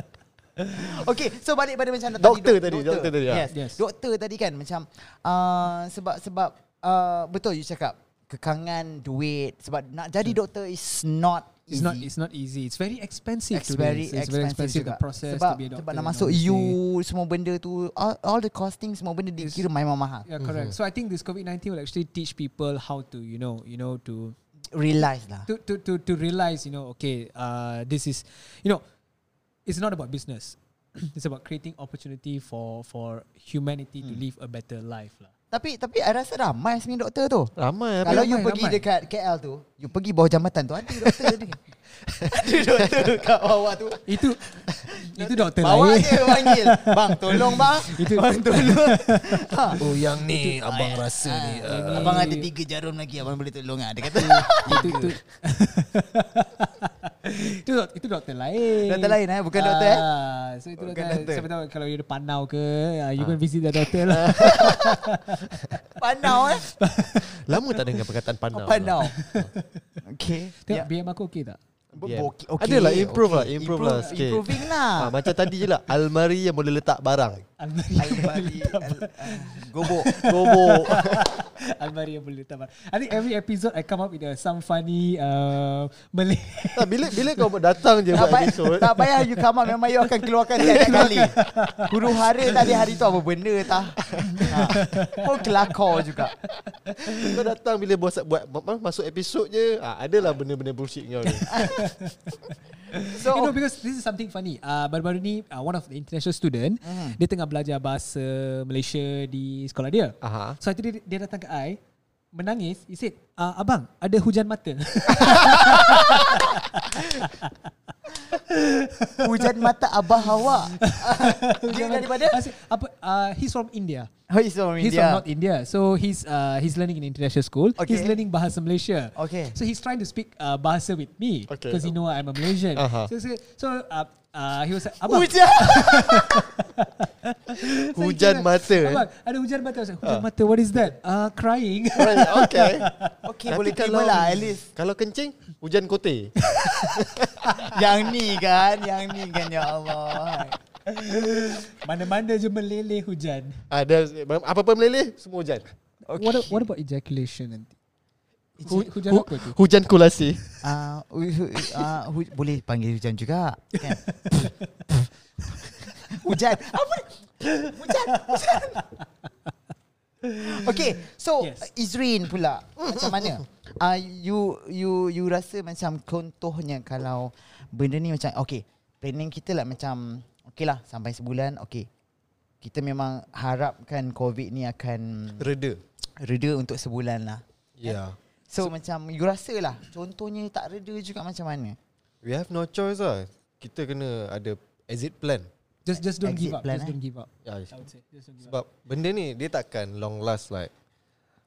S3: Okay so balik pada macam
S2: Doktor tadi, doktor tadi, ah.
S3: Yes.
S4: Yes.
S3: Doktor tadi kan macam uh, Sebab sebab uh, Betul you cakap Kekangan duit Sebab nak jadi doktor is not
S4: It's not.
S3: easy.
S4: It's not easy. It's very expensive.
S3: It's
S4: to
S3: very
S4: raise. It's
S3: expensive,
S4: very expensive.
S3: juga.
S4: The process
S3: sebab,
S4: to be a doctor.
S3: Sebab nak
S4: and
S3: masuk
S4: all this
S3: you
S4: thing.
S3: Semua benda tu All, all the costing Semua benda dikira ha. memang mahal
S4: Yeah, correct.
S3: Mm-hmm.
S4: So I think this COVID nineteen will actually teach people how to, you know, you know, to
S3: Realize lah
S4: to to to, to realize, you know, okay, uh, this is, you know, it's not about business. it's about creating opportunity for for humanity
S3: Mm.
S4: to live a better life, lah.
S3: Tapi tapi I rasa ramai sebenarnya doktor tu
S2: Ramai
S3: Kalau
S2: Kalau
S3: you
S4: ramai,
S3: pergi
S4: ramai.
S3: dekat KL tu You pergi bawah jambatan tu Ada doktor ni Ada doktor kat bawah tu
S4: Itu itu dokter
S3: Bawa
S4: lain.
S3: je panggil Bang tolong bang
S4: Itu-
S3: Bang tolong ha.
S1: Oh yang ni abang rasa ni. Ah.
S4: Ini-
S3: Abang ada tiga jarum lagi Abang boleh tolong ah. Dia kata
S4: itu itu itu, dok- itu doktor lain.
S3: Doktor lain, eh? Bukan doktor, eh?
S4: Ah, So itu
S2: Bukan
S4: doktor.
S2: doktor.
S4: Siapa tahu kalau you ada panau ke, ah, you can visit the doctor lah.
S3: Panau eh Oh,
S2: lama tak dengar perkataan panau.
S3: Panau Okay Ya.
S4: Tengok BM aku okey tak?
S2: BM.
S3: Bo- okay,
S2: Adalah improve lah
S3: okay.
S2: Improve, lah
S3: Improve-
S2: sikit
S3: Improving lah
S2: ha, Macam tadi je lah Almari yang boleh letak barang
S4: Almari yang boleh
S5: Al-Bali
S4: letak
S5: Al- ah, Gobok
S2: Gobok
S4: Almari yang boleh letak barang. I think every episode I come up with uh, some funny uh, Malay.
S2: tak, bila, bila kau datang je
S3: tak,
S2: buat
S3: payah,
S2: episode
S3: tak payah you come out Memang you akan keluarkan setiap kali Huru hara tadi hari tu Apa benda tah ha. Pun kelakar juga
S2: Kau datang bila buat, buat, buat masuk episod je ha, Adalah benda-benda bullshit kau ni
S3: So
S4: You know because this is something funny. Uh, baru-baru ni uh, one of the international student
S3: Hmm.
S4: mm-hmm. dia tengah belajar bahasa Malaysia di sekolah dia.
S2: Aha.
S4: So akhirnya dia, dia datang ke I menangis. He said, uh, "Abang, ada hujan mata."
S3: Hujan mata Abah Hawa Dia daripada
S4: I said, apa uh, he's from India.
S3: Oh he's from
S4: He's from
S3: India
S4: North India. So he's uh, he's learning in international school.
S3: Okay.
S4: He's learning bahasa Malaysia.
S3: Okay.
S4: So he's trying to speak uh, bahasa with me
S2: Okay.
S4: because he know I'm a Malaysian.
S2: Aha.
S4: So so, so uh, uh, he was like, "Abang,
S3: Uh-huh. Hujan
S4: So he
S2: Hujan
S4: came
S2: mata,
S4: back,
S2: eh?
S4: Abang, ada hujan mata. I was like, hujan
S3: Ah.
S4: mata, what is that? Uh, crying.
S2: Right, okay
S3: Okay
S2: Nanti
S3: boleh terima
S2: kalau-
S3: lah at least
S2: Kalau kencing Hujan kote
S3: Yang ni kan Yang ni kan Ya Allah
S4: Mana-mana je meleleh hujan.
S2: Ah, Ada Apa-apa meleleh Semua hujan
S4: Okay. What, what about ejaculation nanti? Hu, hujan
S2: Hu-
S4: apa tu?
S2: Hujan kulasi
S3: Ah, uh, uh, hu- boleh panggil hujan juga kan? hujan apa hujan hujan Okay so yes.
S4: Yes.
S3: Izrin pula macam mana uh, you you you rasa macam contohnya kalau benda ni macam okay planning kita lah macam okay lah sampai sebulan okay kita memang harapkan covid ni akan
S2: Reda Ya.
S3: reda untuk sebulan lah
S2: Yeah
S3: So, so macam you rasa lah Contohnya tak reda juga macam mana
S2: We have no choice lah Kita kena ada Exit plan
S4: Just just don't
S3: Exit
S4: give up.
S3: plan,
S4: just
S3: eh?
S4: don't give up.
S2: Ya,
S4: I would say. Just don't give up.
S2: Sebab benda ni Dia takkan long last like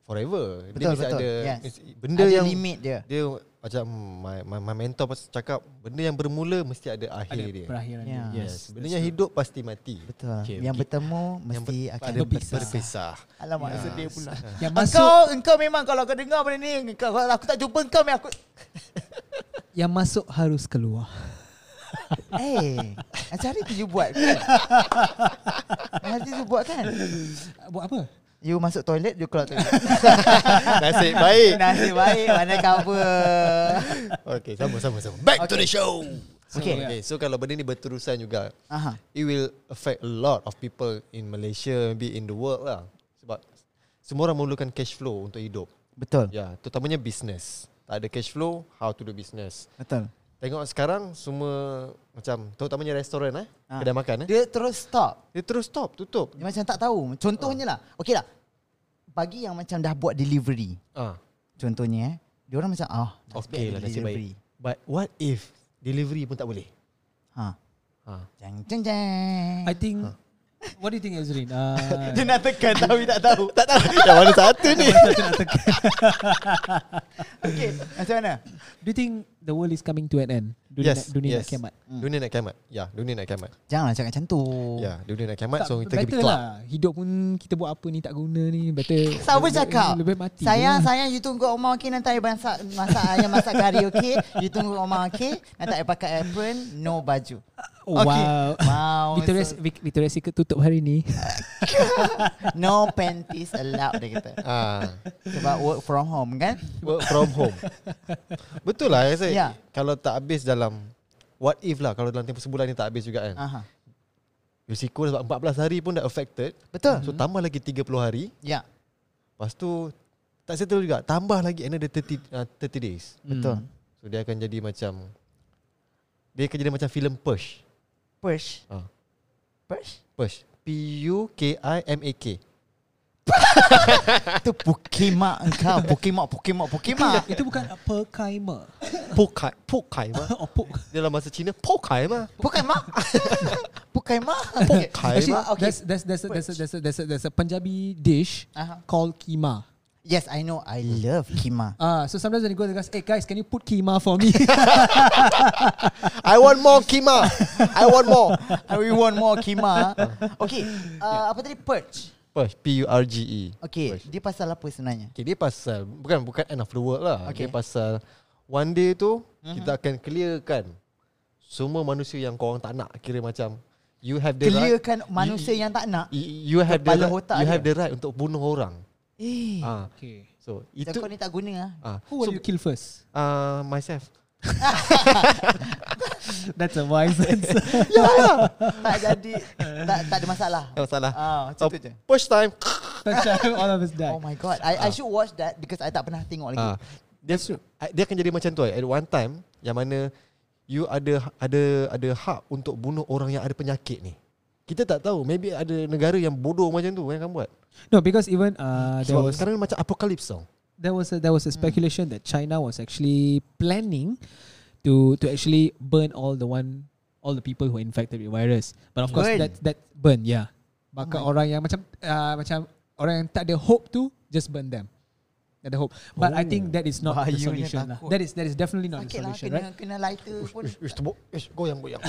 S2: Forever Dia
S3: Betul,
S2: mesti
S3: betul.
S2: ada
S3: Yes.
S2: mesti- Benda
S3: Ada
S2: yang
S3: limit dia.
S2: Dia macam My, my, my mentor pasti cakap Benda yang bermula Mesti ada akhir
S4: Ada
S2: dia
S4: perakhiran
S3: Yeah.
S4: dia.
S2: Yes, Benda yang hidup Pasti mati
S3: Ah. Betul
S2: Okay,
S3: okay, Yang
S2: okay.
S3: bertemu Mesti
S2: ber-
S3: akan
S2: ada ber- Ya.
S4: berpisah.
S2: berpisah.
S3: Alamak yeah. sedih pula
S4: Yang masuk
S3: Engkau engkau memang Kalau kau dengar benda ni engkau, kalau Aku tak jumpa engkau memang aku
S4: yang masuk harus keluar.
S3: Eh Macam hari tu you buat kan Hari tu you buat kan
S4: Buat apa?
S3: You masuk toilet You keluar toilet
S2: Nasib baik
S3: Nasib baik Mana cover
S2: Okay sama sama sama Back to the show
S3: Okay.
S2: Okay so kalau benda ni berterusan juga
S3: Aha.
S2: It will affect a lot of people In Malaysia Maybe in the world lah Sebab Semua orang memerlukan cash flow Untuk hidup
S3: Betul
S2: Ya yeah, terutamanya business Tak ada cash flow How to do business
S3: Betul
S2: Tengok sekarang Semua Macam Terutamanya restoran eh
S3: Ah.
S2: Kedai makan eh Dia,
S3: Dia terus stop
S2: terus stop Tutup
S3: Dia macam tak tahu Contohnya lah Okay lah Bagi yang macam dah buat delivery
S2: Ah,
S3: Contohnya eh Dia orang macam ah nasib
S2: Okay
S3: ada
S2: lah nasib
S3: delivery.
S2: baik But what if Delivery pun tak boleh
S3: Ha.
S2: Ah.
S3: Jeng jeng jeng.
S4: I think
S2: Ha.
S4: What do you think Azrin? Uh,
S3: nak tekan tapi tak tahu.
S2: Tak tahu Yang mana satu ni
S3: Okey, macam mana?
S4: do you think the world is coming to an end? Dunia
S2: Yes
S4: nak, dunia
S2: yes.
S4: nak kiamat.
S2: Dunia nak kiamat Ya dunia nak kiamat
S3: Janganlah cakap macam tu.
S2: Ya dunia nak kiamat So kita pergi
S4: better
S2: club
S4: lah. Hidup pun kita buat apa ni tak guna ni. Better.
S3: Siapa
S4: lebih-
S3: cakap?
S4: Lebih mati. je
S3: Sayang,
S4: lah.
S3: sayang you tunggu Omar okey nanti I masak masak ayam masak kari okey. You tunggu Omar okey. Nanti I pakai apron, no baju.
S4: Oh,
S3: Okay.
S4: Wow.
S3: Wow.
S4: Victoria's,
S3: so,
S4: Vic- Victoria's Secret tutup hari ni.
S3: no panties allowed dia kata.
S2: Ah,
S3: Sebab work from home kan?
S2: work from home. Betul lah saya.
S3: Ya.
S2: Yeah. Kalau tak habis dalam what if lah kalau dalam tempoh sebulan ni tak habis juga kan.
S3: Aha.
S2: Risiko sebab 14 hari pun dah affected.
S3: Betul.
S2: So tambah lagi 30 hari,
S3: Ya,
S2: Hmm. lepas tu tak settle juga. Tambah lagi another 30 uh, 30 days.
S3: betul.
S2: So dia akan jadi macam dia akan jadi macam filem Push.
S3: Push.
S2: Ah.
S3: Push?
S2: Push. P U K I M A K.
S3: Itu Pokemon engkau. Pokemon, Pokemon, Pokemon.
S4: Itu bukan perkaima.
S2: Pokai, pokai mah.
S4: Oh, pok.
S2: Dalam bahasa Cina pokai mah.
S3: Pokemon. Pokemon.
S2: Pokemon.
S4: Actually,
S3: Ah, okay.
S4: there's, there's, there's, a, there's, a, there's, a, there's, a, there's a Punjabi dish
S3: Uh-huh.
S4: called keema.
S3: Yes, I know. I love Kima.
S4: Ah, so sometimes when you go to the guys, hey guys, can you put keema for me?
S2: I want more kima. I want more.
S3: We want more Kima. okay. Uh, apa tadi? Purge.
S2: Push. P U R G E.
S3: Okay.
S2: Purge.
S3: Dia pasal apa sebenarnya?
S2: Okay, dia pasal bukan bukan end of the world lah. Okay.
S3: Okay. Mhm.
S2: Dia pasal One day tu mm-hmm. Kita akan clearkan Semua manusia yang korang tak nak Kira macam You have the right
S3: Clearkan manusia yang tak nak
S2: You, you have the
S3: Kepala
S2: right,
S3: otak
S2: You
S3: dia.
S2: have the right Untuk bunuh orang
S3: Eh
S2: ah,
S4: Okay.
S2: So
S3: Itu
S2: itu
S3: kau ni tak guna lah
S2: ah,
S4: Who will
S2: so,
S4: you kill first?
S2: ah, Myself
S4: That's a wise answer.
S3: Tak jadi tak, tak ada masalah
S2: Tak masalah
S3: ah, Macam
S2: So,
S3: tu je
S2: Push time
S4: That's why all of us die.
S3: Oh my god I, I should watch that Because I tak pernah tengok lagi
S2: Ah, dia ah, dia akan jadi macam tu eh. At one time yang mana you ada ada ada hak untuk bunuh orang yang ada penyakit ni. Kita tak tahu. Maybe ada negara yang bodoh macam tu yang akan buat.
S4: No, because even uh, there
S2: Sebab
S4: was
S2: sekarang macam apokalips tau.
S4: there was a, there
S3: Mm.
S4: was a speculation that China was actually planning to to actually burn all the one all the people who are infected with virus. But of course
S3: Burn?
S4: that that burn, yeah. Maka
S3: Oh
S4: orang yang macam uh, macam orang yang tak ada hope tu just burn them. Tak ada hope. But I think that is not the
S3: Oh, Bahayanya
S4: solution lah.
S3: takut.
S4: That is that is definitely not
S3: Sakit
S4: the
S3: lah
S4: solution,
S3: kena,
S4: right?
S3: kena lighter pun
S2: Ish, ish, tebuk. Ish, goyang goyang.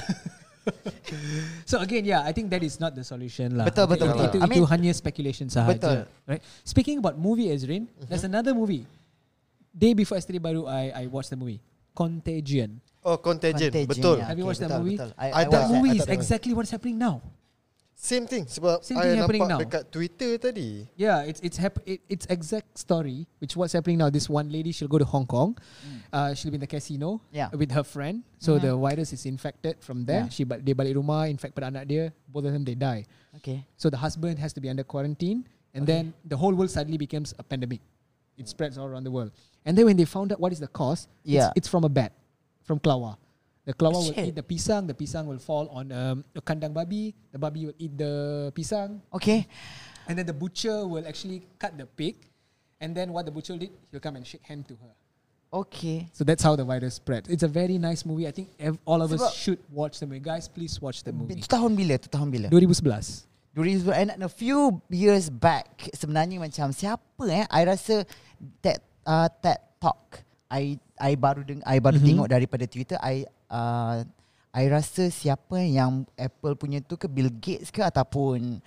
S4: So again, yeah, I think that is not the solution lah.
S3: Betul, betul,
S4: Itu,
S2: betul.
S4: itu,
S3: I mean-
S4: itu hanya speculation sahaja.
S3: Betul. Mm-hmm.
S4: Right. Speaking about movie, Ezrin, there's another movie. Day before yesterday baru I I watched the movie Contagion.
S2: Oh, contagion. Betul.
S3: ya.
S4: Have you watched that movie?
S2: I
S3: I, I
S2: tak-
S4: That
S3: watched
S4: movie
S2: movie- I
S3: that.
S4: is
S2: tak tahu.
S4: exactly what's happening now.
S2: Same thing sebab
S4: Same
S2: I
S4: thing
S2: nampak
S4: happening now.
S2: dekat Twitter tadi.
S4: Yeah, it's it's hap- it, it's exact story which what's happening now. This one lady she'll go to Hong Kong, uh, she'll be in the casino
S3: Mm. Yeah. Mm-hmm.
S4: with her friend. So the virus is infected from there.
S3: Yeah.
S4: She but they balik rumah infect pada anak dia. Both of them they die.
S3: Okay
S4: So the husband has to be under quarantine, and then the whole world suddenly becomes a pandemic.
S3: Mm.
S4: It spreads all around the world. And then when they found out what is the cause,
S3: Yeah.
S4: it's, it's from a bat, from klawa. The klawa will
S3: Shit.
S4: eat the pisang. The pisang will fall on um, a kandang babi. The babi will eat the pisang,
S3: Okay
S4: and then the butcher will actually cut the pig. And then what the butcher did, he'll come and shake hand to her.
S3: Okay
S4: So that's how the virus spread. It's a very nice movie. I think ev- all of us
S3: Sebab-
S4: should watch the movie. Guys, please watch the movie.
S3: Itu tahun bila? Itu tahun bila?
S4: 2011.
S3: 2000 and a few years back sebenarnya macam siapa eh I rasa TED uh, TED Talk I I baru deng- I
S4: Mhm.
S3: baru mm-hmm. tengok daripada Twitter I uh, I rasa siapa yang Apple punya tu ke Bill Gates ke ataupun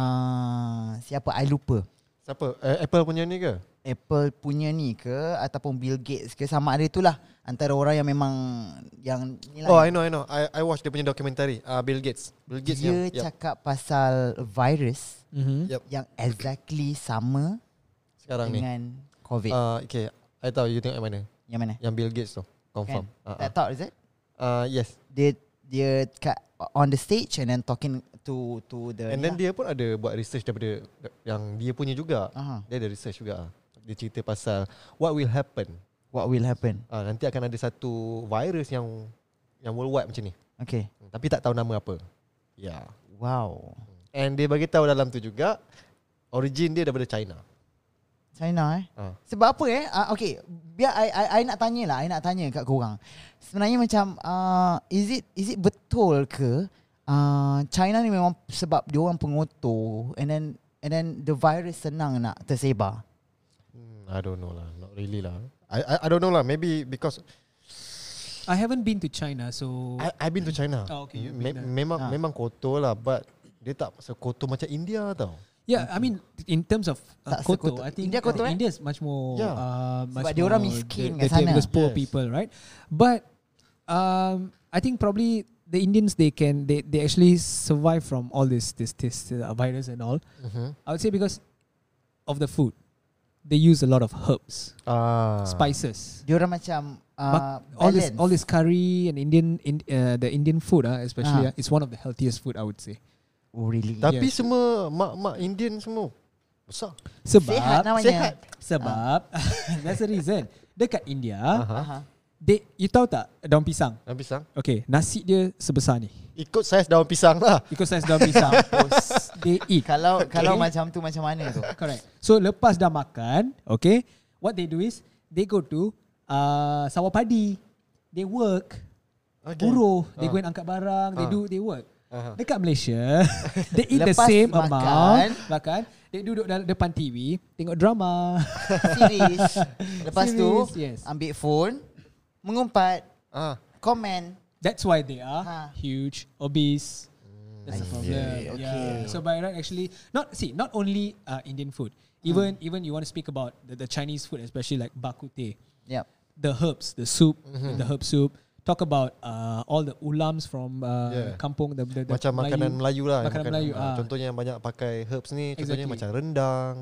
S3: uh, siapa I lupa
S2: Siapa? Eh, Apple punya ni ke?
S3: Apple punya ni ke ataupun Bill Gates ke sama ada itulah antara orang yang memang yang ni lah
S2: Oh, I know, I know. I I watch dia punya documentary. Ah, Bill Gates. Bill Gates
S3: dia
S2: yang- ya. yep,
S3: cakap pasal virus
S4: Mm-hmm.
S2: yep,
S3: yang exactly sama
S2: sekarang ni.
S3: dengan COVID.
S2: Ah, okay. I tahu you tengok yang mana.
S3: Yang mana?
S2: Yang Bill Gates tu.
S3: Kan?
S2: Confirm. Ah,
S3: That talk is it?
S2: ah. Ah, yes.
S3: Dia dia kat on the stage and then talking to to the lah.
S2: And then dia pun ada buat research daripada yang dia punya juga.
S3: Aha.
S2: Dia ada research juga. ah. Dia cerita pasal what will happen.
S3: what will happen.
S2: Ah nanti akan ada satu virus yang yang worldwide macam ni.
S3: Okay.
S2: Hmm, Tapi tak tahu nama apa. Ya. Yeah.
S3: Wow.
S2: And dia bagi tahu dalam tu juga origin dia daripada China.
S3: China eh.
S2: Ah.
S3: Sebab apa eh? Uh, okay, biar I, I, I nak tanya lah, I nak tanya kat korang. Sebenarnya macam uh, is it is it betul ke uh, China ni memang sebab dia orang pengotor and then and then the virus senang nak tersebar.
S2: Hmm, I don't know lah. Not really lah. I I, I don't know lah. Maybe because
S4: I haven't been to China, so
S2: I I've been to China.
S4: Ah, okay, you've
S2: Me-
S4: been there.
S2: memang
S3: Ah.
S2: memang kotor lah but dia tak sekotor macam India tau.
S4: yeah. I mean, in terms of uh,
S3: Tak
S4: kotor,
S3: sekotor.
S4: I think
S3: India kotor, eh?
S4: India is much more.
S2: Yeah.
S4: Uh, much
S3: Sebab dia orang
S4: more
S3: miskin
S4: dir- dirty
S3: kat sana.
S4: Because poor
S2: Yes.
S4: people, right? But um, I think probably the Indians they can they, they actually survive from all this this this uh, virus and all.
S2: Mhm.
S4: I would say because of the food, they use a lot of herbs,
S2: Ah.
S4: spices.
S3: Dia orang macam uh,
S4: But all this
S3: balance.
S4: all this curry and Indian in, uh, the Indian food uh, especially
S3: Ah.
S4: uh, it's one of the healthiest food I would say.
S3: oh, really.
S2: Tapi
S4: Yes.
S2: semua mak-mak Indian semua besar.
S3: Sihat
S4: Sebab
S3: namanya.
S2: sihat.
S4: sebab that's the reason dekat India
S2: Aha.
S3: Aha.
S4: They, you tahu tak daun pisang?
S2: Daun pisang.
S4: Okay, nasi dia sebesar ni.
S2: Ikut saiz daun pisang lah.
S4: Ikut saiz daun pisang. Terus they eat.
S3: Kalau kalau
S4: Okay.
S3: macam tu macam mana tu?
S4: Correct. So lepas dah makan, okay, what they do is they go to uh, sawah padi. They work. Okay. Buruh. They
S2: Ah.
S4: go and angkat barang. They
S2: Ah.
S4: do, they work.
S2: Aha.
S4: Dekat Malaysia, they eat the
S3: Lepas
S4: same
S3: makan.
S4: amount. Makan. They duduk dalam depan TV, tengok drama.
S3: Series. Lepas
S4: Series,
S3: tu
S4: yes.
S3: yes. ambil phone, mengumpat,
S2: Ah.
S3: komen.
S4: That's why they are
S3: Huh.
S4: huge, obese. That's the problem. Yeah,
S3: okay.
S4: So by right, actually, not see not only uh, Indian food. Even even you want to speak about the, the Chinese food, especially like bakute.
S3: Yep.
S4: the herbs, the soup,
S2: Mm-hmm.
S4: the herb soup. Talk about uh, all the ulams from uh,
S2: Yeah.
S4: kampung, the, the, the
S2: Macam makanan Melayu lah yang
S4: Makanan Melayu, ah.
S2: ah, Contohnya yang banyak pakai herbs ni
S4: Exactly.
S2: Contohnya macam rendang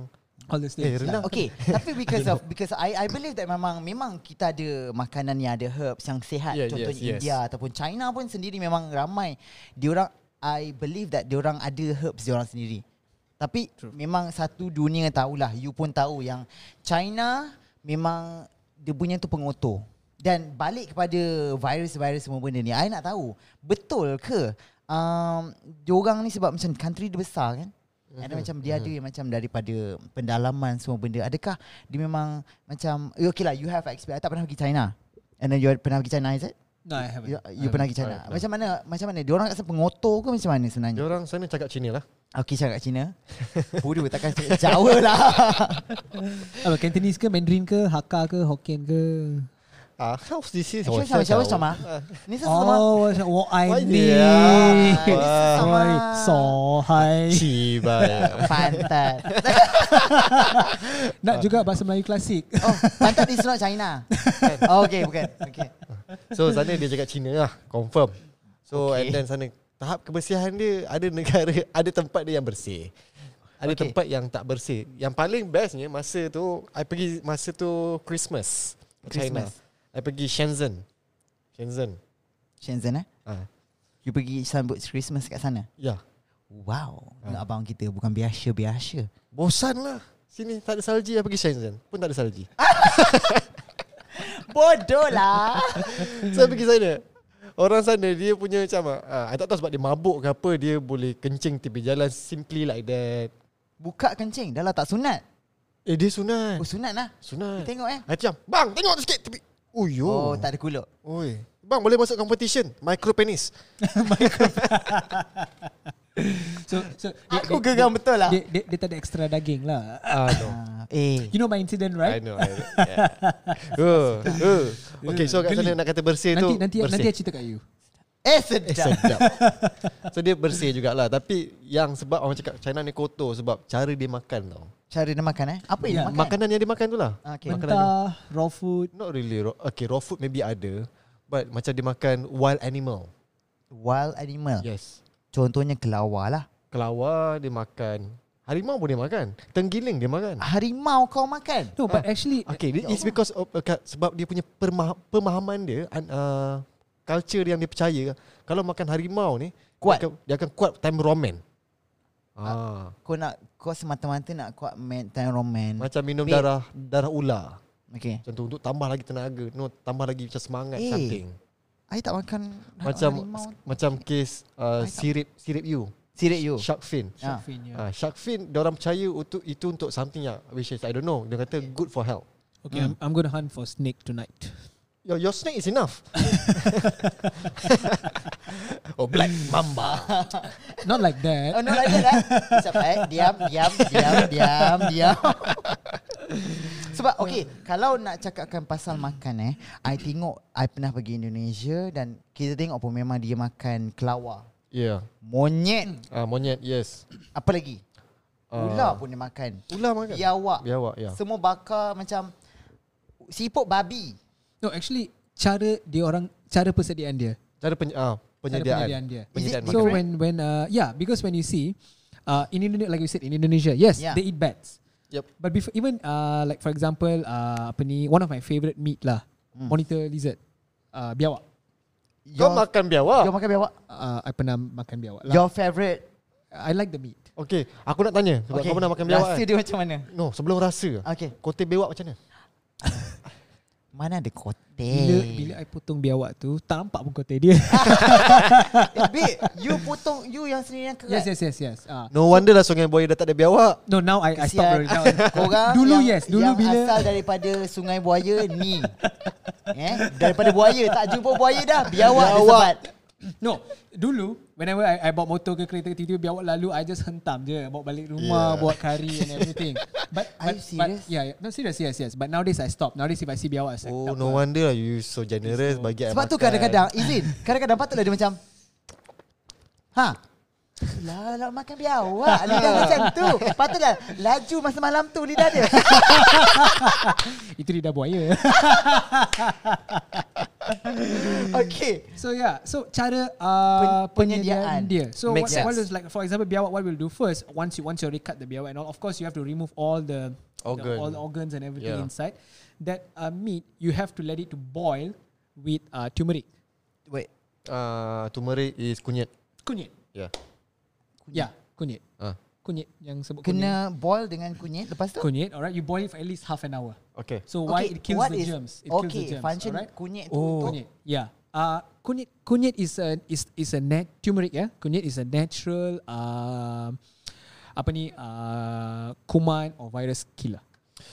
S4: all these
S2: Eh
S4: things.
S2: rendang
S3: Okay, tapi because of because I I believe that memang memang kita ada makanan yang ada herbs yang sihat.
S2: Yeah,
S3: Contohnya
S2: yes, yes.
S3: India ataupun China pun sendiri memang ramai. Diorang I believe that diorang ada herbs diorang sendiri. Tapi True. memang satu dunia tahulah. You pun tahu yang China memang dia punya tu pengotor. Dan balik kepada virus-virus semua benda ni, I nak tahu betul ke um, diorang ni sebab macam country dia besar kan? Ada macam dia ada yang macam daripada pendalaman semua benda. Adakah dia memang macam eh, okay lah you have experience. I tak pernah pergi China. And then you pernah pergi China is it?
S4: No, I haven't.
S3: You, Ya, you pernah pergi China.
S2: I haven't.
S3: Macam mana macam mana? Diorang kat sana pengotor ke macam mana sebenarnya?
S2: Diorang sana cakap Cina lah
S3: Okey cakap Cina. Bodoh takkan cakap Jawa lah.
S4: Apa Cantonese ke Mandarin ke Hakka ke Hokkien ke?
S2: Ah, house this is
S3: Actually sama Jawa Oh, sama. Ni sama.
S4: Oh, macam oh, I
S2: Why
S4: ni.
S2: dia?
S3: Wah.
S4: Sorry. Sohai.
S2: Ciba
S3: Pantat.
S4: Nak juga bahasa Melayu klasik.
S3: Ah. Oh, pantat is not China. Oh, okay, bukan. Okay.
S2: So sana dia cakap Cina lah Confirm So
S3: Okay.
S2: okay. and then sana Tahap kebersihan dia Ada negara Ada tempat dia yang bersih Ada
S3: Okay.
S2: okay. tempat yang tak bersih Yang paling bestnya Masa tu I pergi Masa tu Christmas China
S3: Christmas.
S2: I pergi Shenzhen Shenzhen
S3: Shenzhen eh?
S2: ah.
S3: You pergi sambut Christmas kat sana?
S2: Ya yeah.
S3: Wow. Ha. Abang kita bukan biasa-biasa.
S2: Bosan lah Sini tak ada salji I pergi Shenzhen Pun tak ada salji
S3: Bodoh lah.
S2: So I pergi sana Orang sana dia punya macam ah, I tak tahu sebab dia mabuk ke apa Dia boleh kencing tepi jalan Simply like that
S3: Buka kencing. Dah lah tak sunat.
S2: Eh dia sunat
S3: Oh sunat lah.
S2: Sunat
S3: You tengok eh.
S2: I macam Bang tengok sikit tepi Uyo
S3: Oh, tak ada kuluk.
S2: Oi. Bang boleh masuk competition Micro penis
S4: So, so dia,
S3: Aku
S4: dia,
S3: geram betul lah.
S4: dia, dia, dia tak ada extra daging lah.
S2: Ah no
S3: Ah, eh.
S4: You know my incident,
S2: I
S4: right?
S2: know I know yeah. uh, uh. Okay so kat
S4: Geli.
S2: sana nak kata bersih
S4: Nanti
S2: tu
S4: nanti
S2: bersih.
S4: nanti I cerita kat you.
S3: Eh
S2: Eh,
S3: sedap.
S2: sedap So dia bersih jugalah Tapi yang sebab orang cakap China ni kotor Sebab cara dia makan tau
S3: Cara dia makan eh. Apa yang
S4: Ya,
S3: dia makan?
S2: Makanan yang dia makan tu lah
S3: Ah, Okay.
S4: Mentah, raw food.
S2: Not really raw, Okay raw food maybe ada But macam dia makan wild animal
S3: Wild animal.
S2: Yes
S3: Contohnya kelawar lah.
S2: Kelawar dia makan Harimau pun dia makan Tenggiling dia makan
S3: Harimau kau makan.
S4: No, but actually
S2: Okay,
S3: Ya
S2: it's
S3: Allah.
S2: because of, uh, ka- sebab dia punya perma- pemahaman dia, an- uh, culture yang dia percaya. Kalau makan harimau ni,
S3: Kuat.
S2: Dia akan, dia akan kuat time ramen. Ah,
S3: Kau nak kau semata-mata nak kuat man time roman.
S2: macam minum
S3: Babe.
S2: darah darah ular.
S3: Okay.
S2: Macam tu untuk tambah lagi tenaga, no, tambah lagi macam semangat
S3: Eh,
S2: something.
S3: I tak makan har-
S2: Macam
S3: harimau.
S2: macam kes uh,
S3: I tak-
S2: sirip sirip you,
S3: Sirik you.
S2: shark fin.
S3: Ah.
S4: Shaffinya.
S2: Ah, shark fin, orang percaya untuk itu untuk something yang which is I don't know. Dia kata good for health.
S4: Okay, I'm, I'm going to hunt for snake tonight.
S2: Your, your snake is enough.
S3: Oh black mamba.
S4: Not like
S3: oh
S4: that.
S3: no like that. Eh? Siapa eh? Diam, diam, diam, diam, diam. Sebab okay, kalau nak cakapkan pasal makan eh, I tengok I pernah pergi Indonesia dan kita tengok pun memang dia makan kelawar.
S2: Yeah.
S3: Monyet,
S2: Ah, monyet, yes.
S3: apa lagi?
S2: Uh,
S3: Ular pun dia makan.
S2: Ular makan.
S3: Biawak.
S2: Biawak, ya.
S3: Semua bakar macam siput babi.
S4: No, actually cara dia orang cara persediaan dia.
S2: Cara pen,
S4: Cara
S2: ah, penyediaan.
S4: penyediaan dia.
S2: Penyediaan
S3: Is it-
S2: makan.
S4: So
S3: Correct.
S4: when when uh, yeah, because when you see uh, in Indonesia, like you said in Indonesia, yes,
S3: Yeah.
S4: they eat bats.
S2: Yep.
S4: But before, even uh, like for example, uh, apa ni? One of my favorite meat lah,
S3: Hmm.
S4: monitor lizard, uh, biawak.
S2: Kau makan Ah. biawak.
S3: Kau makan biawak?
S4: Uh, I pernah makan biawak. Lah.
S3: Your favourite
S4: I like the meat.
S2: Okey, aku nak tanya sebab okay. kau pernah makan biawak.
S3: Rasa
S2: Kan?
S3: dia macam mana?
S2: No, sebelum rasa.
S3: Okey.
S2: Kote biawak macam mana?
S3: Mana ada kotel?
S4: Bila bila I potong biawak tu, tak nampak pun kote dia.
S3: Eh, babe, you potong you yang sendiri yang
S4: yes,
S3: kerat.
S4: yes, yes, yes. Uh,
S2: No wonder lah Sungai Boy dah tak ada biawak.
S4: no, now I, I stop
S3: Kesian
S4: already. Now eh.
S3: Korang
S4: Dulu
S3: yang,
S4: yes, dulu
S3: yang
S4: bila-
S3: asal daripada Sungai Buaya ni. eh, daripada buaya tak jumpa buaya dah. Biawak dia
S2: Biawak. Eh,
S3: sebat.
S4: No, dulu whenever I, I bawa motor ke kereta tiba-tiba biawak lalu I just hentam je, bawa balik rumah, yeah.
S2: Yeah.
S4: buat kari and everything. But
S3: Are
S4: but,
S3: you
S4: but
S3: serious?
S4: yeah, yeah, no serious, yes, yes. But nowadays I stop. Nowadays if I see biawak, I say,
S2: Oh,
S4: tak
S2: no
S4: apa.
S2: wonder lah you so generous bagi I
S3: Sebab tu
S2: makan.
S3: kadang-kadang izin. Kadang-kadang patutlah dia macam lah Ha. Lah, lah makan biawak Lidah macam tu Patutlah Laju masa malam tu lidah dia
S4: Itu lidah buaya.
S3: Okay
S4: So yeah, so cara uh,
S3: Pen-
S4: penyediaan
S3: penyediaan.
S4: dia. So what,
S2: Makes
S4: what
S2: sense.
S4: is like for example biawak what we'll do first once you once you already cut the biawak and all of course you have to remove all the
S2: Organ.
S4: the, all the organs and everything
S2: Yeah.
S4: inside. That uh, meat you have to let it to boil with uh, turmeric.
S3: Wait
S2: Uh, turmeric is kunyit.
S4: Kunyit.
S2: Yeah.
S4: Yeah, kunyit.
S2: Ah.
S4: Kunyit yang sebut kunyit.
S3: Kena boil dengan kunyit Lepas tu
S4: Kunyit, alright. You boil it for at least half an hour.
S2: Okay.
S4: So why
S3: Okay,
S4: it kills
S3: what
S4: the
S3: is-
S4: germs? It kills
S3: okay,
S4: the germs.
S3: function
S4: alright?
S3: kunyit tu
S4: Oh,
S3: untuk-
S4: kunyit. Yeah. Uh, kunyit kunyit is a is is a nat turmeric yeah. Kunyit is a natural um apa ni uh, kuman or virus killer.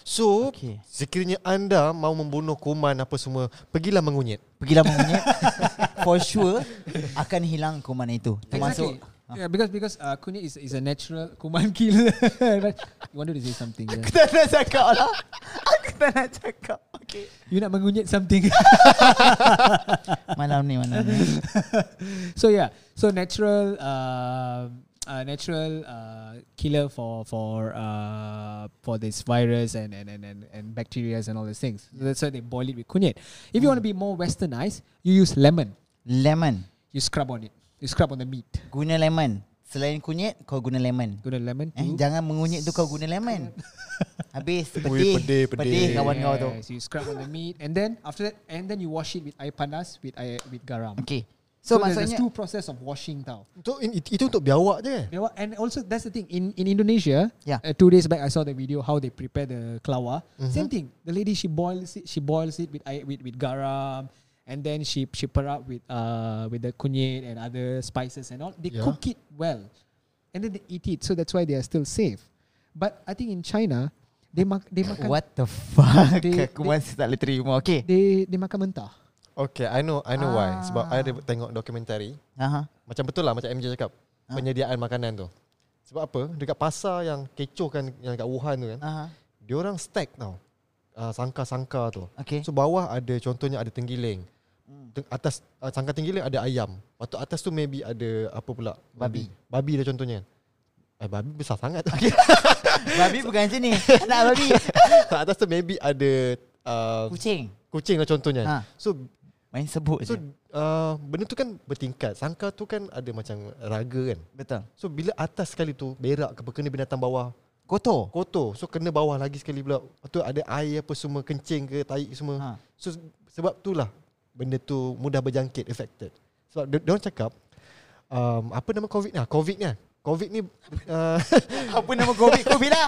S2: So
S3: Okay.
S2: okay. sekiranya anda mau membunuh kuman apa semua, pergilah mengunyit.
S3: Pergilah mengunyit For sure Akan hilang kuman ah. itu Termasuk
S4: Exactly. Yeah, because because uh, kunyit is is a natural kuman killer. right? You wanted to say something. Yeah.
S3: Aku tak nak cakap lah Aku tak nak cakap Okay
S4: You nak mengunyit something.
S3: Malam ni malam ni
S4: so yeah, so natural uh, uh, natural uh, killer for for uh, for this virus and and and and, and bacteria and all these things. That's why they boil it with kunyit. If
S3: Mm.
S4: you want to be more westernized, you use lemon.
S3: Lemon
S4: You scrub on it. You scrub on the meat.
S3: Guna lemon Selain kunyit Kau guna lemon
S4: Guna lemon. to-
S3: Eh, jangan mengunyit tu kau guna lemon. Habis pedih,
S2: Ui, pedih,
S3: pedih, pedih,
S2: pedih.
S3: kawan kau tu.
S4: Yes, you scrub on the meat and then after that and then you wash it with air panas with air, with garam.
S3: Okey. So,
S4: there's-
S3: maksudnya
S4: there's two process of washing tau.
S2: Itu itu untuk biawak je. eh?
S4: You know what? And also that's the thing in in Indonesia.
S3: Yeah.
S4: Uh, two days back, I saw the video how they prepare the klawa.
S2: Mm-hmm.
S4: Same thing. The lady she boils it. She boils it with ai- with with garam, and then she she pair up with uh with the kunyit and other spices and all. They
S2: Yeah.
S4: cook it well, and then they eat it. So that's why they are still safe. But I think in China, they mak they makan
S3: what the fuck?
S4: They-
S3: aku masih tak boleh terima. Okey.
S4: they they makan mentah.
S2: Okay, I know I know
S3: Ah.
S2: why. Sebab I ada tengok dokumentari.
S3: Aha.
S2: Macam betul lah macam MJ cakap.
S3: Ah.
S2: Penyediaan makanan tu. Sebab apa? Dekat pasar yang kecoh kan yang kat Wuhan tu kan.
S3: Aha.
S2: Dia orang stack tau. Uh, sangka-sangka tu.
S3: Okey.
S2: So bawah ada contohnya ada tenggiling. Te- Atas uh, sangka tenggiling ada ayam. Lepas tu atas tu maybe ada apa pula?
S3: Babi.
S2: Babi dah contohnya. Eh babi besar sangat.
S3: babi bukan sini. Anak babi.
S2: Kat atas tu maybe ada uh,
S3: Kucing.
S2: kucing lah contohnya.
S3: Ha.
S2: So
S3: Main sebut
S2: so
S3: je.
S2: uh, benda tu kan bertingkat. Sangka tu kan ada macam raga kan.
S3: Betul.
S2: So bila atas sekali tu berak ke apa, kena binatang bawah
S3: Kotor.
S2: kotor. So kena bawah lagi sekali pula. Lepas tu ada air apa semua kencing ke tahi ke semua.
S3: Ha.
S2: Ha. So se- sebab itulah benda tu mudah berjangkit affected. Sebab dia orang cakap um, apa nama covid ni? Ah, Covid ni. ah. Covid ni uh,
S3: Apa nama COVID COVID lah.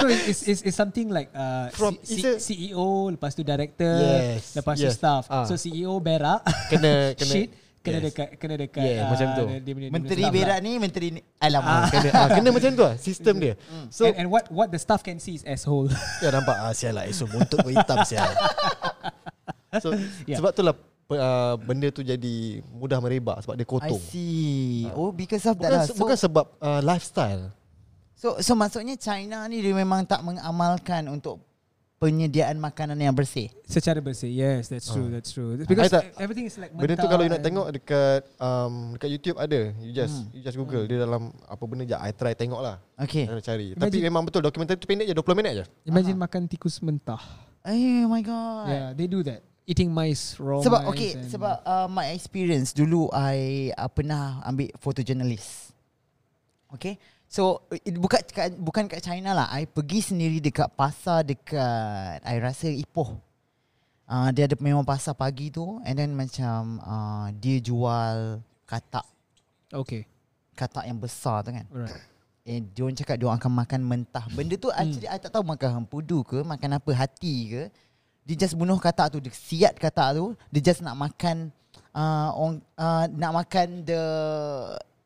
S4: So it's, it's, it's, it's something like uh,
S2: From-
S4: C- C-
S2: it's a-
S4: CEO, lepas tu director,
S2: Yes,
S4: lepas tu
S2: yes.
S4: staff.
S2: Ah.
S4: So CEO berak,
S2: kena kena
S4: shit, kena
S2: Yes.
S4: dekat, kena dekat. uh,
S2: Yeah, macam tu.
S4: dia- dia punya- dia punya
S3: Menteri
S4: staff
S3: berak ni, menteri ni. Alamak.
S2: kena, ah, kena macam tu lah sistem dia.
S3: Hmm.
S4: Lah. So
S2: So
S4: and, and what what the staff can see is asshole.
S2: Ya nampak ah, sial lah esok buntut kau hitam sial. so
S4: Yeah.
S2: yeah. sebab itulah pe- ah, benda tu jadi mudah merebak sebab dia
S3: Ah, I
S2: kotor.
S3: see. Oh, because of that
S2: Bukan,
S3: lah.
S2: se- bukan sebab uh, lifestyle.
S3: So so maksudnya China ni dia memang tak mengamalkan untuk penyediaan makanan yang bersih.
S4: Secara bersih, yes, that's true, that's true.
S2: I
S4: Because
S2: tak-
S4: everything is like
S2: Benda tu
S4: mentah
S2: kalau you
S4: and-
S2: nak tengok dekat um, dekat YouTube ada. You just hmm. you just Google dia dalam apa benda je I try tengok lah.
S3: Okay.
S2: Kena cari.
S4: Imagine-
S2: Tapi memang betul dokumentari tu pendek je 20 minit je.
S4: Imagine makan tikus mentah.
S3: Oh my god.
S4: Yeah, they do that. Eating mice raw. mice
S3: Sebab okay,
S4: and-
S3: sebab uh, my experience dulu I uh, pernah ambil photojournalist. Okay. So it bukan kat, bukan kat China lah. I pergi sendiri dekat pasar dekat I rasa Ipoh. Uh, dia ada memang pasar pagi tu and then macam uh, dia jual katak
S4: okay,
S3: katak yang besar tu kan.
S4: alright.
S3: Eh, dia orang cakap dia orang akan makan mentah. Benda
S4: Hmm.
S3: tu actually I tak tahu makan hempudu ke, makan apa hati ke. Dia just bunuh katak tu, dia siat katak tu, dia just nak makan uh, orang, uh, nak makan the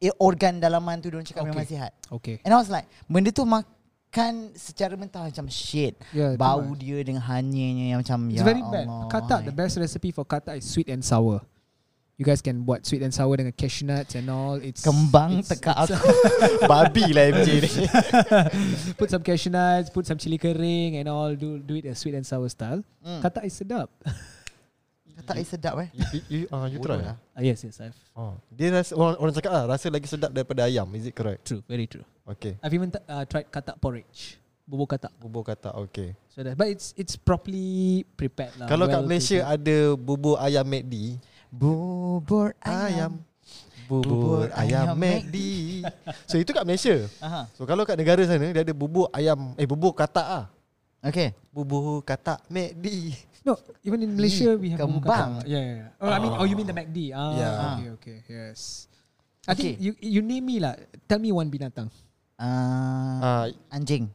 S3: eh, organ dalaman tu dia orang cakap
S4: Okay.
S3: memang sihat.
S4: Okay.
S3: And I was like, benda tu makan secara mentah macam shit.
S4: Yeah, tu
S3: Bau
S4: lah.
S3: dia dengan hanyanya yang macam
S4: It's
S3: ya
S4: very
S3: Allah.
S4: bad. Katak, the best recipe for katak is sweet and sour. You guys can buat sweet and sour dengan cashew nuts and all. It's
S3: Kembang
S4: it's-
S3: tekak
S4: it's-
S3: aku.
S2: Babi lah MJ ni.
S4: put some cashew nuts, put some chili kering and all. Do do it as sweet and sour style. Katak is sedap.
S3: Tak air sedap eh.
S2: You, you, you, uh, you try
S3: Bodoh lah.
S2: lah.
S4: Uh, yes, yes, I've
S2: Oh. Dia rasa orang, orang cakap lah rasa lagi sedap daripada ayam. Is it correct?
S4: true, very true.
S2: Okay.
S4: I've even t- uh, tried katak porridge, bubur katak.
S2: Bubur kata okay.
S4: So that, but it's it's properly prepared
S3: Ah,
S4: lah.
S2: Kalau kat
S4: well
S2: Malaysia
S4: prepared.
S2: ada bubur ayam McD,
S3: Bubur ayam.
S2: ayam bubur,
S3: Bubur
S2: ayam,
S3: ayam
S2: McD. so itu kat Malaysia.
S3: Aha.
S2: So kalau kat negara sana dia ada bubur ayam eh bubur katak ah.
S3: Okay.
S2: Bubur katak McD.
S4: no, even in Malaysia we have bubur
S3: kembang.
S4: katak. Yeah, yeah. yeah. Oh, I mean, oh, you mean the MACD? Ah,
S2: Yeah.
S4: Okay, okay, yes. I think
S3: Okay.
S4: you you name me lah. Tell me one binatang.
S3: Uh,
S2: Ah,
S3: anjing.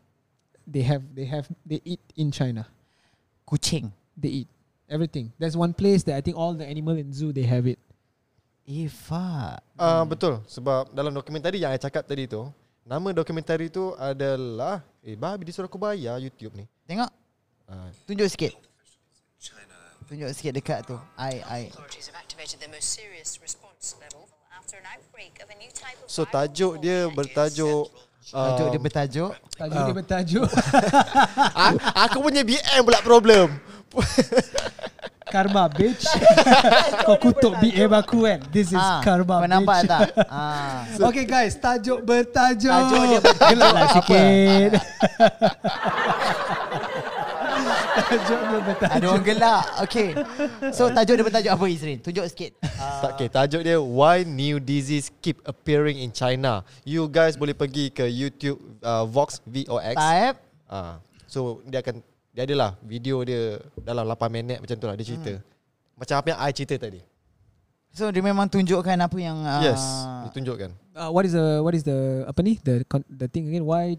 S4: They have they have they eat in China.
S3: Kucing.
S4: They eat everything. There's one place that I think all the animal in zoo they have it.
S3: Eh fuck.
S2: ah betul sebab dalam dokumentari yang saya cakap tadi tu, nama dokumentari tu adalah eh babi dia suruh aku bayar YouTube ni.
S3: Tengok.
S2: Ah,
S3: Tunjuk sikit. Tunjuk sikit dekat tu. Ai ai.
S5: Authorities have activated their most serious response level after an outbreak of a new type of
S2: So
S5: viral
S2: tajuk dia
S5: pneumonia.
S2: bertajuk
S3: Tajuk dia
S2: um,
S3: bertajuk.
S4: Tajuk dia bertajuk
S2: a- Aku punya BM pula problem
S4: Karma bitch Kau kutuk BM aku kan This is
S3: Ah,
S4: karma
S3: Kau
S4: bitch
S3: nampak tak? Ah.
S4: Okay guys Tajuk bertajuk
S3: Tajuk dia bertajuk
S4: Gelap lah
S3: apa?
S4: sikit Tajuk dia bertajuk
S3: Ada orang gelak. Okay. So tajuk dia bertajuk apa Izrin? Tunjuk sikit.
S2: Tak okay, tajuk dia Why new disease keep appearing in China You guys boleh pergi ke YouTube uh, Vox VOX
S3: Type.
S2: uh, So dia akan Dia adalah video dia Dalam 8 minit macam tu lah Dia cerita
S3: Hmm.
S2: Macam apa yang I cerita tadi
S3: So dia memang tunjukkan apa yang uh,
S2: Yes Dia tunjukkan
S4: uh, What is the What is the Apa ni The con- the thing again Why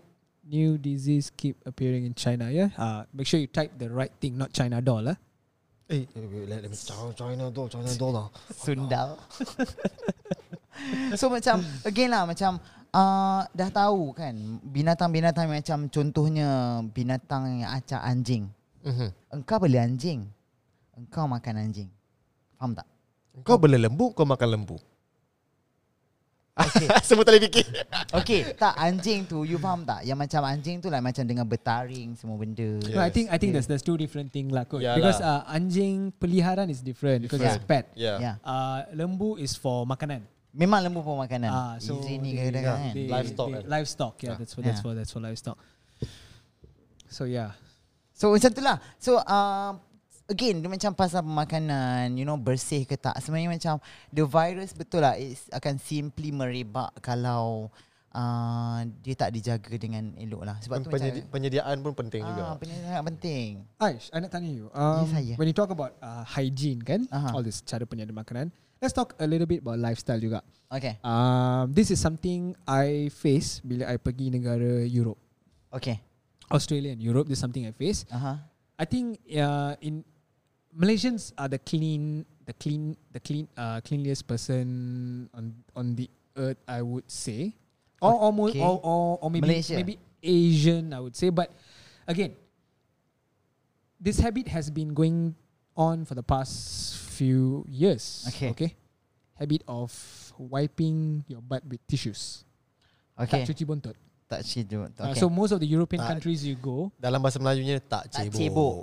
S4: new disease keep appearing in China yeah uh, Make sure you type the right thing Not China doll eh?
S2: Eh, let me China doll, China doll lah.
S3: Sundal. so macam again lah macam uh, dah tahu kan binatang-binatang macam contohnya binatang yang acak anjing.
S2: Mhm.
S3: Engkau beli anjing. Engkau makan anjing. Faham tak?
S2: Kau bela lembu, kau makan lembu.
S3: Okay.
S2: Semua tak boleh fikir.
S3: Okay, tak anjing tu you faham tak? Yang macam anjing tu lah macam dengan bertaring semua benda.
S2: Yeah.
S4: No, I think I think
S3: Yeah.
S4: there's there's two different thing lah kot.
S2: Yalah.
S4: Because uh, anjing peliharaan is different, because it's pet.
S2: Yeah.
S3: Yeah.
S4: Uh, lembu is for makanan.
S3: Ya. Memang lembu pun makanan.
S4: Ah,
S3: Ah,
S4: so
S3: Izin ni
S4: they-
S3: kadang-kadang kan.
S4: they-
S2: Livestock
S4: they-
S2: kan?
S4: livestock. Yeah,
S2: Ah.
S4: that's for that's
S3: Yeah.
S4: for that's for livestock. So yeah,
S3: So macam tu lah So uh, Again dia macam pasal makanan You know bersih ke tak Sebenarnya macam The virus betul lah It akan simply merebak Kalau uh, Dia tak dijaga dengan elok lah Sebab tu
S2: Penyedi-
S3: macam
S2: penyediaan pun penting juga.
S3: Ah, penyediaan sangat penting
S4: Aish, I nak tanya you. Um,
S3: saya.
S4: when you talk about uh, hygiene kan,
S3: Aha.
S4: all this cara penyediaan makanan. Let's talk a little bit about lifestyle juga.
S3: Okay
S4: Um, this is something I face bila I pergi negara Europe,
S3: Okay
S4: Australia and Europe. This is something I face.
S3: uh-huh.
S4: I think uh, in Malaysians are the clean, the clean, the clean, uh, cleanliest person on on the earth. I would say, or or, mo-
S3: Okay.
S4: or, or, or maybe
S3: Malaysia.
S4: maybe Asian. I would say, but again, this habit has been going on for the past few years.
S3: Okay.
S4: okay, habit of wiping your butt with tissues. Tak
S3: Okay
S4: cuci bontot.
S3: Tak cibuk
S4: Uh,
S3: okay.
S4: so most of the European
S2: Tak.
S4: countries you go,
S2: Dalam bahasa Melayunya tak
S3: Tak
S2: cebok.
S3: cibuk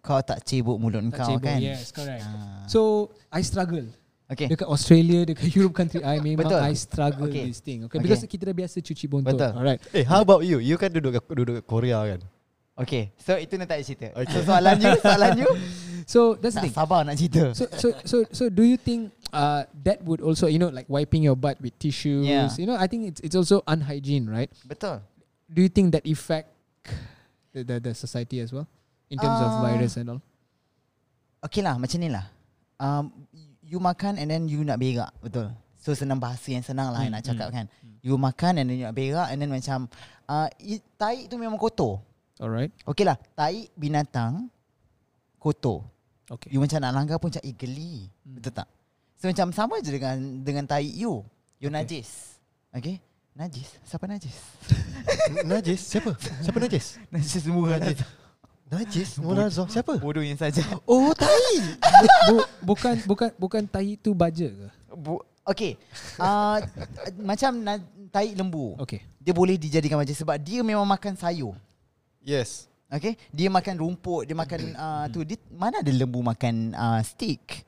S3: Kau tak cibuk mulut
S4: tak
S3: kau
S4: cebok.
S3: kan
S4: Yes, correct.
S3: Ah.
S4: So I struggle.
S3: Okay
S4: Dekat Australia Dekat Europe country I memang
S3: Betul.
S4: I struggle okay.
S3: Okay.
S4: this thing okay?
S3: Okay.
S4: Because kita dah biasa cuci bontot
S3: Betul.
S4: Alright
S2: Eh, how about you? You kan duduk duduk kat Korea kan?
S3: Okay So itu nanti tak cerita okay.
S2: Okay.
S3: So soalan you Soalan you
S4: So that's the
S3: Tak
S4: thing
S3: sabar nak cerita
S4: So so so so do you think uh, that would also you know like wiping your butt with tissues
S3: Yeah.
S4: you know I think it's it's also unhygiene right
S3: Betul
S4: do you think that affect the the, the society as well in terms of
S3: Uh,
S4: virus and all
S3: Okay lah macam ni lah um, You makan and then you nak berak Betul So senang bahasa yang senang lah hmm. nak cakap kan You makan and then you nak berak And then macam uh, i- Tai tu memang kotor
S4: alright
S3: Okay lah Tai binatang Kotor
S4: okay
S3: You macam nak langgar pun macam Eh geli hmm. Betul tak So macam sama je dengan Dengan tai you You
S4: Okay.
S3: najis Okay Najis Siapa najis?
S2: Najis? Siapa? Siapa Najis?
S3: najis semua lah. najis
S2: Najis? Murazov? Siapa?
S3: Bodohnya saja
S2: Oh, tai!
S4: Bu- bukan bukan bukan tai tu baja ke
S3: Bu- Okay uh, Macam na- tai lembu
S4: okay
S3: dia boleh dijadikan macam sebab dia memang makan sayur.
S2: Yes.
S3: Okay Dia makan rumput Dia makan uh, tu dia, Mana ada lembu makan uh, steak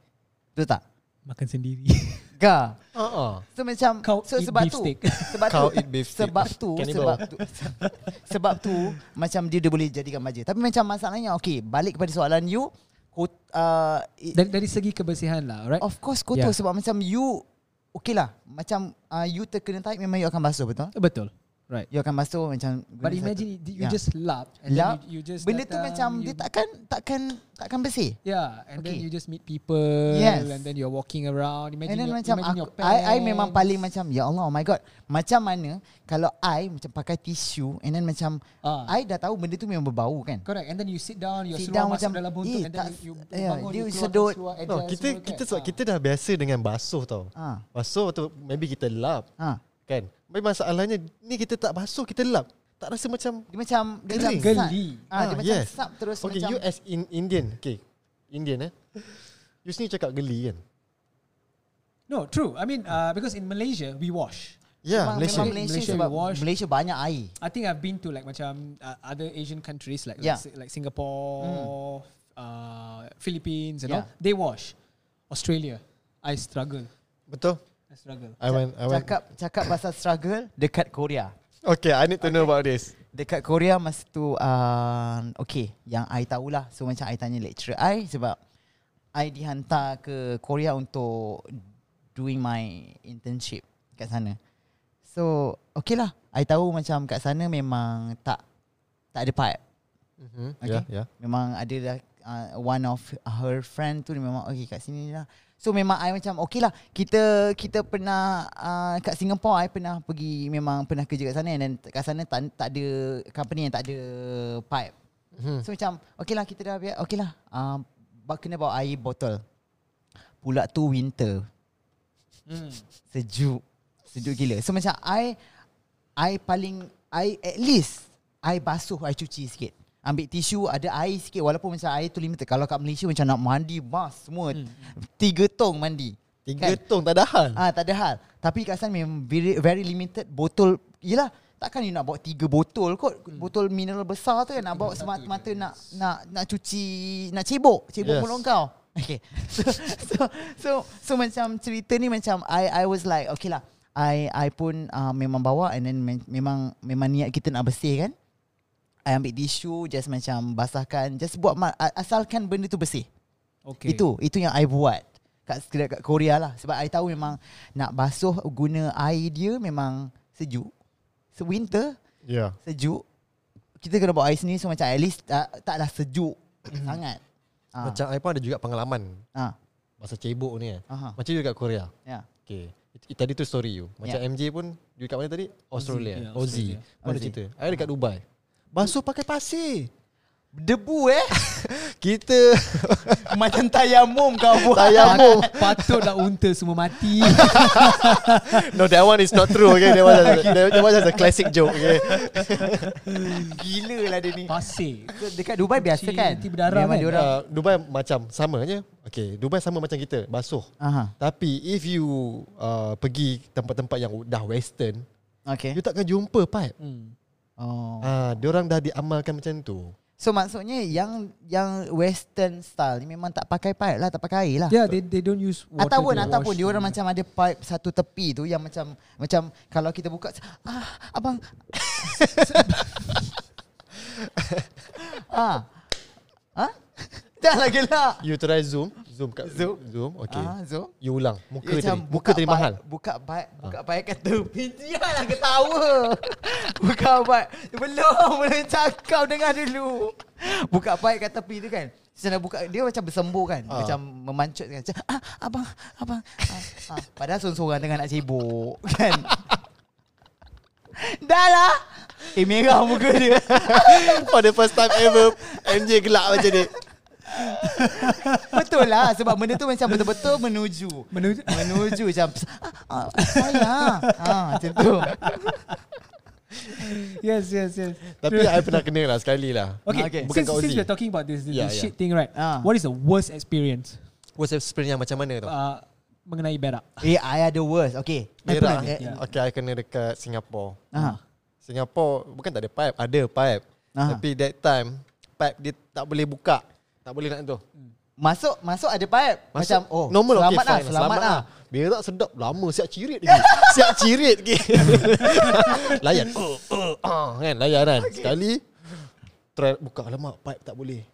S3: Betul tak?
S4: Makan sendiri.
S3: Gah
S2: Uh-uh.
S3: So macam
S4: Kau
S3: so,
S4: eat
S3: sebab
S4: beef
S3: tu,
S4: steak.
S3: sebab
S2: Kau
S3: tu
S2: eat beef steak.
S3: sebab tu
S2: Cannibal.
S3: sebab tu se- sebab tu macam dia, dia boleh jadikan baja. Tapi macam masalahnya okay balik kepada soalan you kot, uh, it,
S4: dari, dari segi kebersihan lah, alright?
S3: of course kotor
S4: Yeah.
S3: yeah. sebab macam you okay lah macam uh, you terkena tarik memang you akan basuh betul?
S4: Betul. Right.
S3: You akan basuh macam guna
S4: But
S3: satu-
S4: imagine you
S3: Yeah.
S4: just lap and
S3: Lap,
S4: then you, you just
S3: benda tu
S4: datang,
S3: macam
S4: you
S3: dia takkan takkan takkan bersih.
S4: Yeah, and
S3: Okay.
S4: then you just meet people,
S3: Yes.
S4: and then you're walking around. Imagine
S3: And then
S4: your,
S3: macam
S4: imagine your
S3: aku, I, I memang
S4: pants.
S3: paling macam Ya Allah oh my god Macam mana Kalau I macam pakai tisu And then macam
S4: Ah.
S3: I dah tahu benda tu memang berbau kan
S4: correct. And then you sit down, you
S3: Sit
S4: seluar
S3: down
S4: masuk
S3: macam,
S4: dalam
S3: eh,
S4: buntuk, and then
S3: tak-
S4: you, you
S3: yeah,
S4: bangun,
S3: dia
S4: you keluar,
S3: sedut.
S4: keluar,
S2: No,
S4: adjust, semua
S2: kita kita
S4: kan?
S2: sebab
S4: Ah.
S2: kita dah biasa dengan basuh tau.
S3: Ah.
S2: Basuh atau maybe kita lap.
S3: ha.
S2: Kan? Tapi masalahnya ni kita tak basuh, kita lap. Tak rasa macam
S3: Dia macam Dia macam
S2: Kering.
S3: sub.
S4: Geli.
S3: ah, Dia macam sub terus
S2: Okay,
S3: macam
S2: you
S4: ah,
S2: as in Indian. Okay. Indian eh. You sendiri cakap geli kan?
S4: No, true. I mean, uh, because in Malaysia we wash.
S2: Ya, yeah,
S3: memang,
S2: Malaysia.
S3: memang Malaysia,
S4: Malaysia
S3: sebab
S4: wash.
S3: Malaysia banyak air
S4: I think I've been to like macam uh, other Asian countries like like,
S3: Yeah. Mm.
S4: Si- like Singapore, uh, Philippines, and all.
S3: Yeah.
S4: They wash. Australia, I struggle.
S2: Betul?
S4: I struggle.
S2: I went, I went.
S3: Cakap cakap pasal struggle Dekat Korea
S2: Okay, I need to know about this.
S3: Dekat Korea masa tu uh, Okay Yang I tahulah So macam I tanya lecturer I Sebab I dihantar ke Korea untuk Doing my internship Kat sana So Okay lah I tahu macam kat sana memang Tak Tak ada pipe
S2: Mm-hmm.
S3: Okay.
S2: Yeah, yeah.
S3: Memang ada dah uh, one of her friend tu dia memang okay kat sini lah. So memang I macam okay lah kita kita pernah uh, kat Singapore I pernah pergi memang pernah kerja kat sana and then kat sana tak, tak ada company yang tak ada pipe.
S2: Mhm.
S3: So macam okay lah kita dah biar okay lah uh, ba- kena bawa air botol. Pula tu winter.
S4: Mm.
S3: Sejuk. Sejuk gila. So macam I I paling I at least I basuh, I cuci sikit. Ambil tisu ada air sikit walaupun macam air tu limited. Kalau kat Malaysia macam nak mandi bas semua hmm. tiga tong mandi.
S2: Tiga tong tak ada hal.
S3: Ah tak ada hal. Tapi kat sana memang very, very limited botol. Yelah takkan you nak bawa tiga botol kot. Hmm. Botol mineral besar tu kan nak bawa semata-mata nak nak nak cuci nak cebok. Cebok
S2: Yes.
S3: yes. mulut kau. Okay. So, so so so macam cerita ni macam I I was like okay lah. I I pun uh, memang bawa and then me- memang memang niat kita nak bersih kan. I ambil tisu just macam basahkan just buat ma- asalkan benda tu bersih.
S4: Okay.
S3: Itu itu yang I buat kat kat Korea lah sebab I tahu memang nak basuh guna air dia memang sejuk. So winter
S2: Yeah.
S3: sejuk. Kita kena bawa air sendiri so macam at least uh, taklah sejuk sangat. Ah.
S2: Macam I pun ada juga pengalaman
S3: ah.
S2: masa cebok ni eh.
S3: Aha.
S2: Macam juga kat Korea.
S3: Ya.
S2: Okay. It, it, tadi tu story you. Macam
S3: Yeah.
S2: MJ pun you kat mana tadi? Australia.
S4: yeah,
S2: Aussie.
S4: Australia.
S2: Mana
S3: Aussie.
S2: cerita? I dekat Dubai. Basuh pakai pasir.
S3: Debu eh.
S2: Kita
S3: macam tayamum kau buat.
S2: tayamum.
S4: Patut dah unta semua mati.
S2: No, that one is not true. Okay, that one, that, that one is a classic joke. Okay.
S3: Gila lah dia ni.
S4: Pasir.
S3: So, Dekat Dubai biasa
S4: Cuci
S3: kan?
S4: nanti berdarah
S3: memang
S4: kan?
S3: dia orang.
S2: Uh, Dubai macam sama je. Okay, Dubai sama macam kita, basuh.
S3: Aha.
S2: Tapi if you uh, pergi tempat-tempat yang dah western,
S3: Okay.
S2: you takkan jumpa pipe.
S4: Hmm.
S3: Oh.
S2: Ah, diorang dah diamalkan macam tu.
S3: So maksudnya yang yang western style ni memang tak pakai pipe lah, tak pakai air lah.
S4: Yeah, they they don't use water. to
S3: Ataupun ataupun
S4: wash.
S3: dia orang macam ada pipe satu tepi tu yang macam macam kalau kita buka ah abang ah ah janganlah gelak
S2: You try zoom, zoom kat zoom, zoom. Okay.
S3: ah so
S2: You ulang muka
S3: Dia
S2: tadi.
S3: macam
S2: Muka tadi
S3: buka
S2: mahal. Ah.
S3: baik- Buka baik Buka baik kat tepi Janganlah lah ketawa Buka baik Belum Belum cakap Dengar dulu Buka baik kat tepi tu kan Saya nak buka Dia macam bersembur kan
S2: Ah.
S3: Macam memancut kan Macam ah, Abang Abang ah, ah. Padahal sorang-sorang Dengan nak sibuk Kan Dah lah Eh merah muka dia
S2: For the first time ever, MJ gelak macam ni.
S3: Betul lah Sebab benda tu macam betul-betul menuju
S4: Menuju-
S3: Menuju macam ah, ah, Oh ya ah, Macam tu
S4: Yes, yes, yes.
S2: Tapi I pernah kena lah sekali lah.
S4: Okay,
S3: Okay.
S2: Bukan
S4: since,
S2: kat
S4: since
S2: Aussie.
S4: we're talking about this, this,
S2: Yeah,
S4: this shit
S2: yeah.
S4: thing, right?
S3: Ah.
S4: What is the worst experience
S2: What's experience yang macam mana tu?
S4: uh, mengenai berak?
S3: Eh, I ada worse. Okay. Ah.
S2: Merah.
S3: Eh,
S2: eh. Okay, I kena dekat Singapore.
S3: Aha.
S2: Singapore bukan tak ada pipe, ada pipe.
S3: Ah.
S2: Tapi that time pipe dia tak boleh buka. Tak boleh nak tu.
S3: Masuk masuk ada pipe
S2: Masuk
S3: Macam oh
S2: normal
S3: selamat
S2: okay,
S3: lah
S2: fine,
S3: Selamat lah
S2: Biar tak sedap lama siap cirit lagi. siap cirit lagi. layan. Oh, oh, ah, kan layan kan. Sekali try buka alamak pipe tak boleh.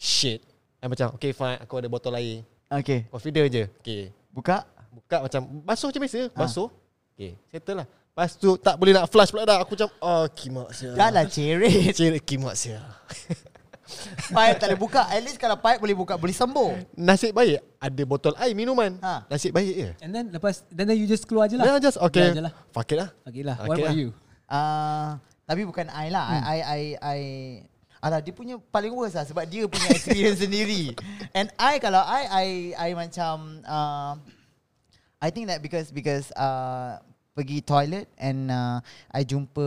S2: Shit. I macam okay fine aku ada botol air.
S3: Okay
S2: Coffee dia je. Okay.
S3: Buka
S2: Buka macam basuh macam biasa.
S3: Ah.
S2: Basuh. Okay. Settle lah. Lepas tu tak boleh nak flush pula dah. Aku macam oh kimak sia.
S3: Dah lah cerit
S2: Cirit kimak sia.
S3: Pipe tak boleh buka At least kalau pipe boleh buka Boleh sembur
S2: Nasib baik ada botol air minuman.
S3: Ha.
S2: Nasib baik je.
S4: And then lepas Then, then you just keluar je lah
S2: Then I just okay.
S4: Keluar je lah
S2: Fuck it lah.
S4: Okay lah What
S2: Okay
S4: about
S2: lah.
S4: you?
S3: Ah, Tapi bukan I lah I, I, I, I Alah dia punya paling worst lah Sebab dia punya experience sendiri And I kalau I I, I macam uh, I think that because Because uh, Pergi toilet And uh, I jumpa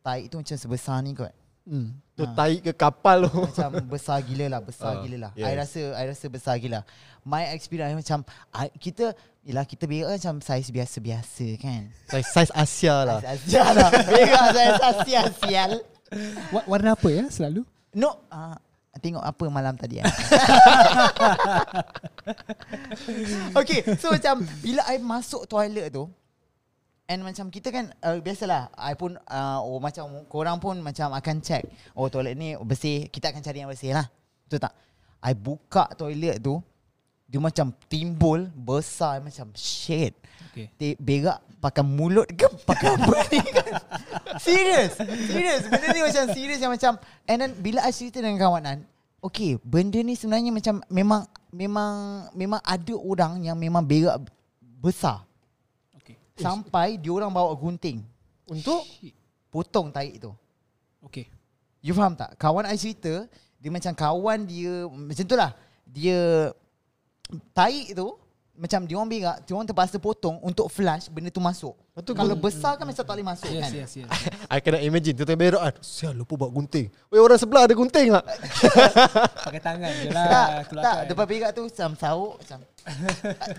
S3: Tai tu macam sebesar ni kot
S4: Hmm.
S2: Tu tahi ke kapal tu.
S3: macam besar gila lah
S2: Ah,
S3: besar gila lah
S2: yeah.
S3: I rasa I rasa besar gila my experience macam I, kita Yelah kita berak macam saiz biasa-biasa kan
S2: Size, size Asia lah.
S3: Asia lah Berak saiz Asia sial
S4: Wa- Warna apa ya selalu?
S3: No uh, Tengok apa malam tadi eh? okay So macam Bila I masuk toilet tu And macam kita kan uh, Biasalah I pun uh, oh, Macam korang pun Macam akan check Oh toilet ni bersih Kita akan cari yang bersih lah Betul tak I buka toilet tu Dia macam timbul Besar Macam shit
S4: Okay.
S3: Te- Berak pakai mulut ke pakai apa ni kan? Serius Serius Benda ni macam serius yang macam And then bila I cerita dengan kawanan Okay benda ni sebenarnya macam Memang Memang Memang ada orang yang memang berak besar
S4: Okay.
S3: Sampai diorang bawa gunting
S2: Untuk?
S3: Potong tahi tu
S4: Okay.
S3: You faham tak? Kawan I cerita Dia macam kawan dia Macam tu lah Dia Tahi tu Macam dia orang berak Dia orang terpaksa potong Untuk flush Benda tu masuk
S2: Betul
S3: Kalau besar kan macam tak boleh masuk
S4: Yes,
S3: kan
S4: yes, yes.
S2: I cannot imagine. Tuan-tuan berak. ah, Sial lupa bawa gunting. Weh orang sebelah ada gunting tak?
S4: Pakai tangan je
S3: Tak,
S4: lah.
S3: tak
S4: keluarkan.
S3: Depan berak tu Macam sauk Macam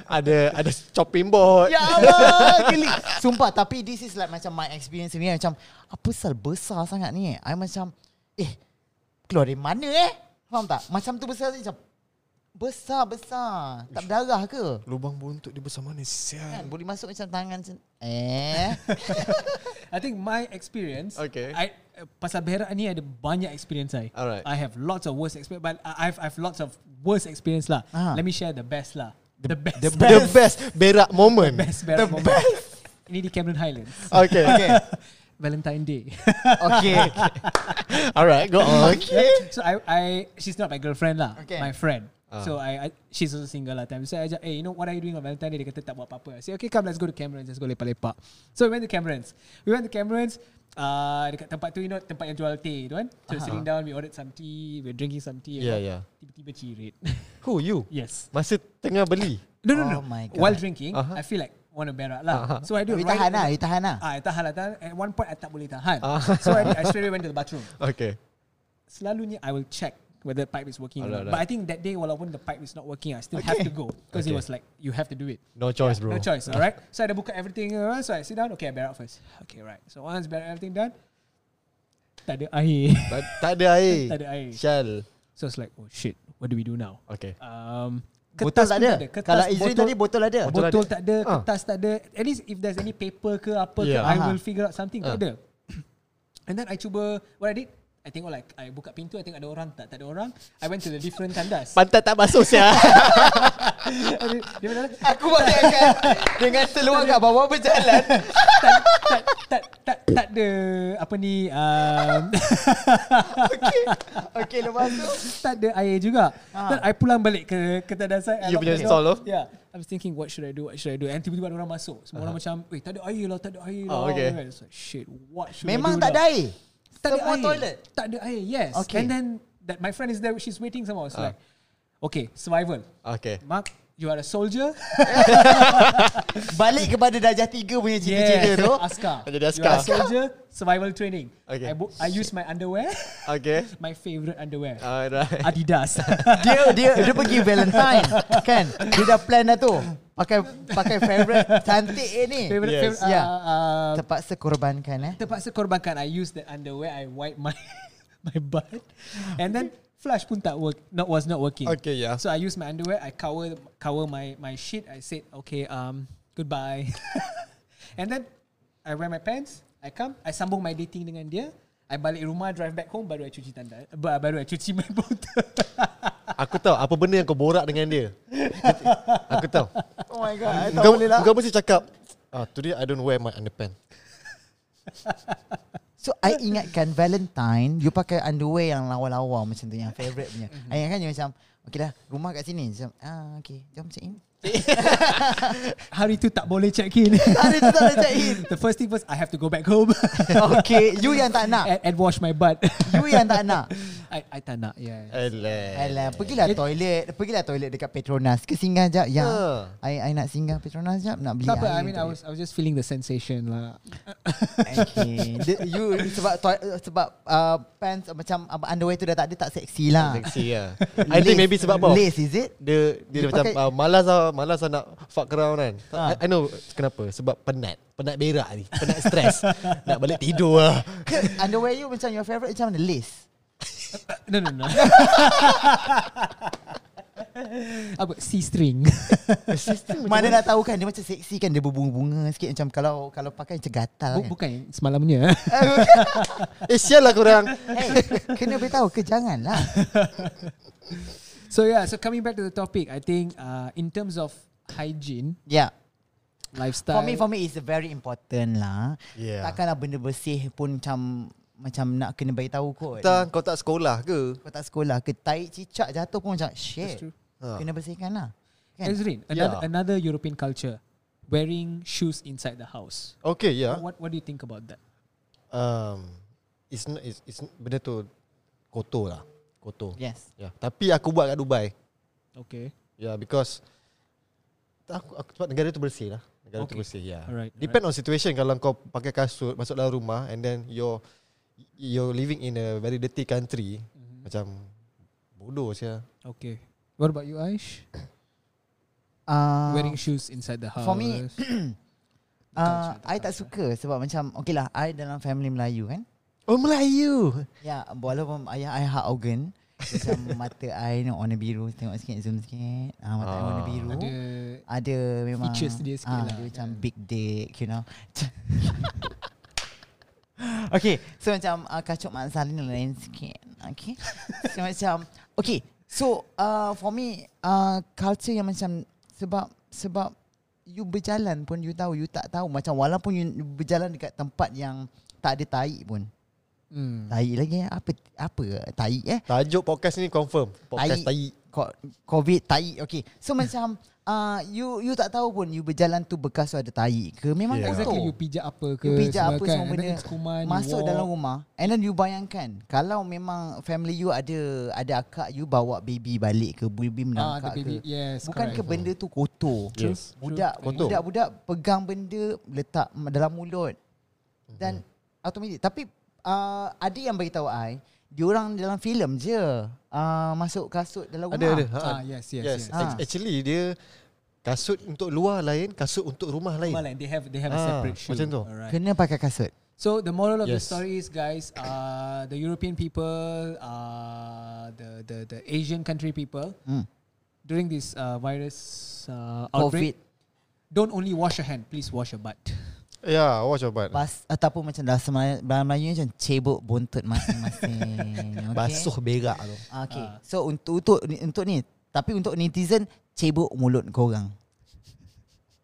S2: ada ada chopping board.
S3: Ya Allah geli. Sumpah Tapi this is like Macam my experience ni Macam Apa sal besar sangat ni I macam Eh Keluar dari mana eh Faham tak Macam tu besar Macam Besar-besar Tak berdarah ke
S2: Lubang buntut dia besar mana?
S3: Kan
S2: Sial.
S3: boleh masuk macam tangan macam Eh
S4: I think my experience
S2: Okay.
S4: I pasal berak ni ada banyak experience I.
S2: Alright.
S4: I have lots of worst experience but I- I've I've lots of worst experience lah.
S3: Ah.
S4: Let me share the best lah. The, best.
S2: The best. the best berak moment.
S4: best berak moment. Ini di Cameron Highlands.
S2: Okay. okay.
S4: Valentine Day.
S3: Okay
S2: Alright, go on.
S4: so I I she's not my girlfriend lah.
S3: Okay.
S4: My friend.
S2: Ah.
S4: So I, I she's also single lah time. So I just, hey, you know what are you doing on Valentine Day? Dia kata tak buat apa-apa. I say, okay, come let's go to Cameron's. Let's go lepak-lepak. So we went to Cameron's. We went to Cameron's. Uh, dekat tempat tu, you know, tempat yang jual teh tu kan. So sitting down, we ordered some tea. We're drinking some tea. you
S2: Yeah,
S4: know.
S2: yeah.
S4: Tiba-tiba cirit.
S2: Who you?
S4: yes.
S2: Masa tengah beli.
S4: No, no, no.
S3: Oh my God.
S4: While drinking, I
S2: Aha.
S4: feel like want to berak lah. So I do
S3: You
S4: right
S3: tahan
S4: in
S3: lah
S4: the-
S3: You tahan lah
S4: Ah, I tahan lah. Tahan. At one point, I tak boleh tahan.
S2: Ah.
S4: So I, I straight away went to the bathroom.
S2: Okay.
S4: selalunya I will check whether the pipe is working or
S2: Alright,
S4: not. But I
S2: alright.
S4: think that day walaupun the pipe is not working, I still have to go because it
S2: Okay.
S4: was like you have to do it.
S2: No choice, bro.
S4: No choice, alright? So I dah buka everything, uh, so I sit down, okay, I bear out first. Okay, right. So once bear out everything done, tak ada air.
S2: Tak, tak ada air. Ah.
S4: Tak ada air.
S2: Shell.
S4: So it's like, oh shit, what do we do now?
S2: Okay.
S4: Um,
S3: Botol
S4: kertas
S3: tak
S4: pun
S3: ada
S4: Kertas,
S3: Kalau Izrin
S4: botol-
S3: tadi botol ada
S2: Botol
S4: Botol
S2: ada.
S4: tak ada,
S2: Ah.
S4: kertas tak ada. At least if there's any paper ke apa ke,
S2: Yeah.
S4: I
S3: Aha.
S4: will figure out something. Tak
S2: Ah.
S4: ada. And then I cuba, what I did, I tengok like, I buka pintu, I tengok ada orang tak, tak ada orang. I went to the different tandas.
S2: Pantat tak basuh sia.
S4: Ada- dia bilang,
S3: Aku pakai kan Dengan seluar kat bawah berjalan
S4: tak, tak, tak, tak, tak ada apa ni, um,
S3: Okay Okay lepas tu
S4: tak ada air juga.
S3: Ah.
S4: Then I pulang balik ke, ke tandas saya. I
S2: You
S4: lock
S2: punya
S4: the
S2: stall
S4: door.
S2: tu?
S4: Yeah. I was thinking, what should I do, what should I do? And tiba-tiba ada orang masuk. Semua orang macam, weh tak ada air lah, tak ada air lah.
S2: Oh, okay.
S4: I was like, shit, what should I
S3: Memang
S4: do
S3: lah. tak
S4: now?
S3: ada air
S4: Tak ada
S3: Semua
S4: air.
S3: toilet?
S4: Tak ada air, yes.
S3: Okay.
S4: And then that my friend is there, she's waiting somehow. It's
S2: Ah.
S4: like, okay, survival.
S2: okay.
S4: Mark, you are a soldier.
S3: Balik kepada darjah tiga punya cerita-cerita tu
S4: Askar.
S2: Jadi
S4: You are a
S2: askar.
S4: soldier, survival training.
S2: Okay.
S4: I, bo- I use my underwear,
S2: Okay.
S4: my favorite underwear.
S2: Ah. Alright.
S4: Adidas.
S3: dia dia dia pergi Valentine kan dia dah plan dah tu pakai pakai favorite cantik eh ni
S4: favorite,
S2: Yes.
S4: favorite,
S3: Yeah.
S4: uh, uh,
S3: terpaksa korbankan eh
S4: terpaksa korbankan. I use that underwear, I wipe my my butt, and then flush pun tak work. Not was not working.
S2: Okay, yeah.
S4: So I used my underwear. I cover cover my my shit. I said, okay, um, goodbye. and then I wear my pants. I come. I sambung my dating dengan dia. I balik rumah, drive back home, baru I cuci tanda, ba- baru I cuci my botol.
S2: Aku tahu apa benda yang kau borak dengan dia. Aku tahu.
S3: Oh my god, I tak
S2: Kau,
S3: boleh lah.
S2: kau mesti cakap, ah, today I don't wear my underpants.
S3: So I ingatkan Valentine You pakai underwear yang lawa-lawa Macam tu yang favourite punya I ingatkan dia macam Okay dah rumah kat sini Macam ah okay jom check in
S4: Hari tu tak boleh check in.
S3: Hari tu tak boleh check in
S4: The first thing first, I have to go back home
S3: Okay you yang tak nak
S4: and, and wash my butt.
S3: You yang tak nak
S4: I, I tak nak, yeah.
S2: Alah.
S3: Alah pergilah toilet Pergilah toilet dekat Petronas Ke singgah jap Ya
S2: Ah.
S3: I, I nak singgah Petronas jap Nak beli
S4: Tak apa, I
S3: air
S4: mean, I
S3: toilet.
S4: was I was just feeling the sensation lah.
S3: Okay. Dia, you sebab toi- sebab uh, pants uh, macam uh, underwear tu dah tak ada tak seksi lah.
S2: Sexy lah. I think maybe sebab apa?
S3: Lace is it?
S2: Dia, dia,
S3: Dia
S2: macam
S3: pakai-
S2: uh, malas lah, malas lah nak fuck around kan.
S3: Ah.
S2: I, I know kenapa. Sebab penat. Penat berak ni. Penat stres. nak balik tidur lah.
S3: underwear you macam your favorite macam mana lace?
S4: No, no, no. Apa C-string?
S3: Mana nak tahu kan dia macam seksi kan dia berbunga-bunga sikit macam kalau kalau pakai macam gatal
S4: Bu- bukan
S3: kan.
S4: semalamnya.
S2: Eh, sial lah korang.
S3: Hey, Eh, kena beritahu ke janganlah.
S4: So yeah, so coming back to the topic, I think uh, in terms of hygiene,
S3: Yeah.
S4: lifestyle.
S3: For me for me is very important lah.
S2: Yeah.
S3: Takkanlah benda bersih pun macam macam nak kena beritahu kot.
S2: Tan, kau tak sekolah ke?
S3: Kau tak sekolah ke tai cicak jatuh pun macam shit.
S4: true.
S2: Ha.
S3: Kena bersihkan lah. Kan?
S4: Nazrin, another,
S2: Yeah.
S4: another European culture, wearing shoes inside the house.
S2: Okay, yeah.
S4: What What do you think about that?
S2: um, it's, not, it's, it's benda tu kotor lah. Kotor. Yeah.
S3: Yes.
S2: yeah. Tapi aku buat kat Dubai.
S4: Okay,
S2: Yeah, because aku, aku sebab negara tu bersih lah. Negara okay. tu
S4: Okay.
S2: bersih, yeah.
S4: Alright,
S2: Depend on situation kalau kau pakai kasut masuk dalam rumah and then you're you're living in a very dirty country.
S4: Mhm.
S2: Mm-hmm. Macam bodoh saya.
S4: okay. What about you, Aish?
S3: Uh,
S4: wearing shoes inside the house.
S3: for me,
S4: culture,
S3: uh,
S4: the
S3: I tak suka sebab macam okay lah I dalam family Melayu kan.
S2: Oh Melayu.
S3: Ya, walaupun ayah I hak organ macam mata I nak warna biru tengok sikit zoom sikit. Ah mata I warna
S2: Ah.
S3: biru.
S4: ada
S3: Ada memang
S4: Features dia sikit
S3: ah,
S4: lah.
S3: Dia macam big dick You know Okay So macam uh, Kacuk Mak Salin dan lain sikit Okay So macam Okay So uh, for me uh, Culture yang macam Sebab Sebab You berjalan pun You tahu You tak tahu Macam walaupun you berjalan Dekat tempat yang Tak ada tai pun
S4: mm,
S3: Tai lagi eh? Apa Apa Tai eh
S2: Tajuk podcast ni confirm. Podcast tai.
S3: Co- COVID tai okay so macam uh, you you tak tahu pun you berjalan tu bekas tu ada tai ke memang
S2: Yeah.
S3: yeah.
S4: Exactly, you
S3: kotor
S4: pijak apa ke?
S3: you pijak apa
S4: kan?
S3: semua
S4: And then
S3: benda
S4: it's kuman, you
S3: masuk
S4: walk.
S3: dalam rumah and then you bayangkan kalau memang family you ada ada akak you bawa baby balik ke
S4: Ah,
S3: baby
S4: the
S3: menangkap
S4: baby.
S3: ke
S4: Yes,
S3: bukan ke
S4: correct.
S3: benda tu kotor
S2: True,
S4: true.
S3: budak
S2: Kotor.
S3: budak-budak pegang benda letak dalam mulut dan
S2: Mm-hmm.
S3: automatik tapi uh, ada yang beritahu I diorang dalam filem je uh, masuk kasut dalam rumah
S2: Ada ada. Ha.
S4: Ah, yes, yes, yes.
S2: yes.
S3: Ah.
S2: Actually dia kasut untuk luar lain, kasut untuk rumah lain.
S4: Malang, they have they have a
S2: Ah,
S4: separate shoe.
S2: macam tu.
S4: Alright.
S3: Kena pakai kasut.
S4: So the moral of the
S2: Yes.
S4: story is, guys, uh, the European people, uh, the, the the Asian country people,
S3: Hmm.
S4: during this uh, virus uh,
S3: COVID
S4: outbreak, don't only wash your hand. Please wash your butt.
S2: Yeah, watch your butt.
S3: bas ataupun macam dalam Melayu, dalam Melayu macam cebok buntut masing-masing. Okay?
S2: Basuh Ah. berak tu.
S3: Okay. So untuk untuk ni- untuk ni, tapi untuk netizen cebok mulut korang.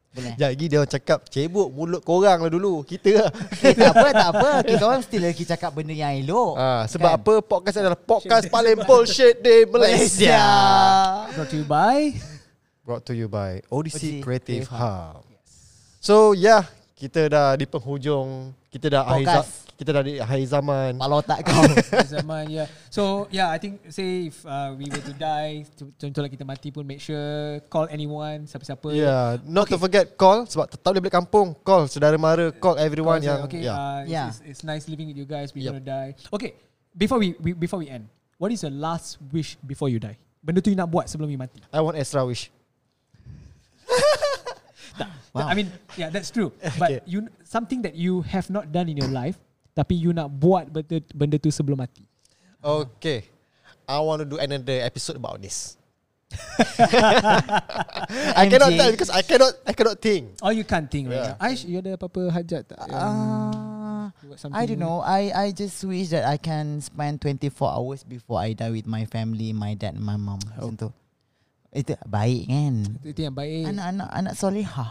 S3: Boleh.
S2: Sekejap lagi dia orang cakap Cebok mulut korang lah dulu Kita lah
S3: Okay, Eh, tak apa, tak apa. Kita orang still lagi cakap benda yang elok. Kan?
S2: ah, Sebab apa Podcast adalah Podcast paling bullshit di
S3: Malaysia.
S2: Malaysia
S3: Ah.
S4: Brought to you by
S2: Brought to you by
S3: ODC
S2: ODC Creative
S3: Creative
S2: Hub So yeah Kita dah di penghujung Kita dah akhir za-
S3: Podcast.
S2: Kita dah di akhir zaman
S3: Kalau tak kau.
S4: Zaman. Yeah. So yeah, I think say if uh, we were to die, tu- contohlah kita mati pun make sure call anyone, siapa-siapa.
S2: Yeah Not to forget Call Sebab tetap boleh balik kampung Call saudara mara Call everyone
S4: Because,
S2: yang
S4: uh, okay,
S2: yeah.
S4: uh,
S3: Yeah.
S4: It's, it's, it's nice living with you guys. We're
S2: Yep.
S4: gonna die. Okay, before we, we before we end, what is your last wish before you die? Benda tu you nak buat sebelum you mati.
S2: I want extra wish
S3: Wow.
S4: I mean, yeah, that's true. But you something that you have not done in your life, tapi you nak buat benda, benda tu sebelum mati.
S2: Okay. I want to do another episode about this. I
S3: MJ.
S2: cannot tell because I cannot I cannot think.
S4: Oh, you can't think right
S2: Yeah.
S4: now. Aish, you ada apa-apa hajat tak?
S3: Ah,
S4: You got
S3: Uh, I
S4: something
S3: don't know. I, I just wish that I can spend 24 hours before I die with my family, my dad, my mom.
S2: Oh.
S3: Macam tu. Itu baik kan?
S4: Itu itu yang baik.
S3: Anak-anak anak solehah.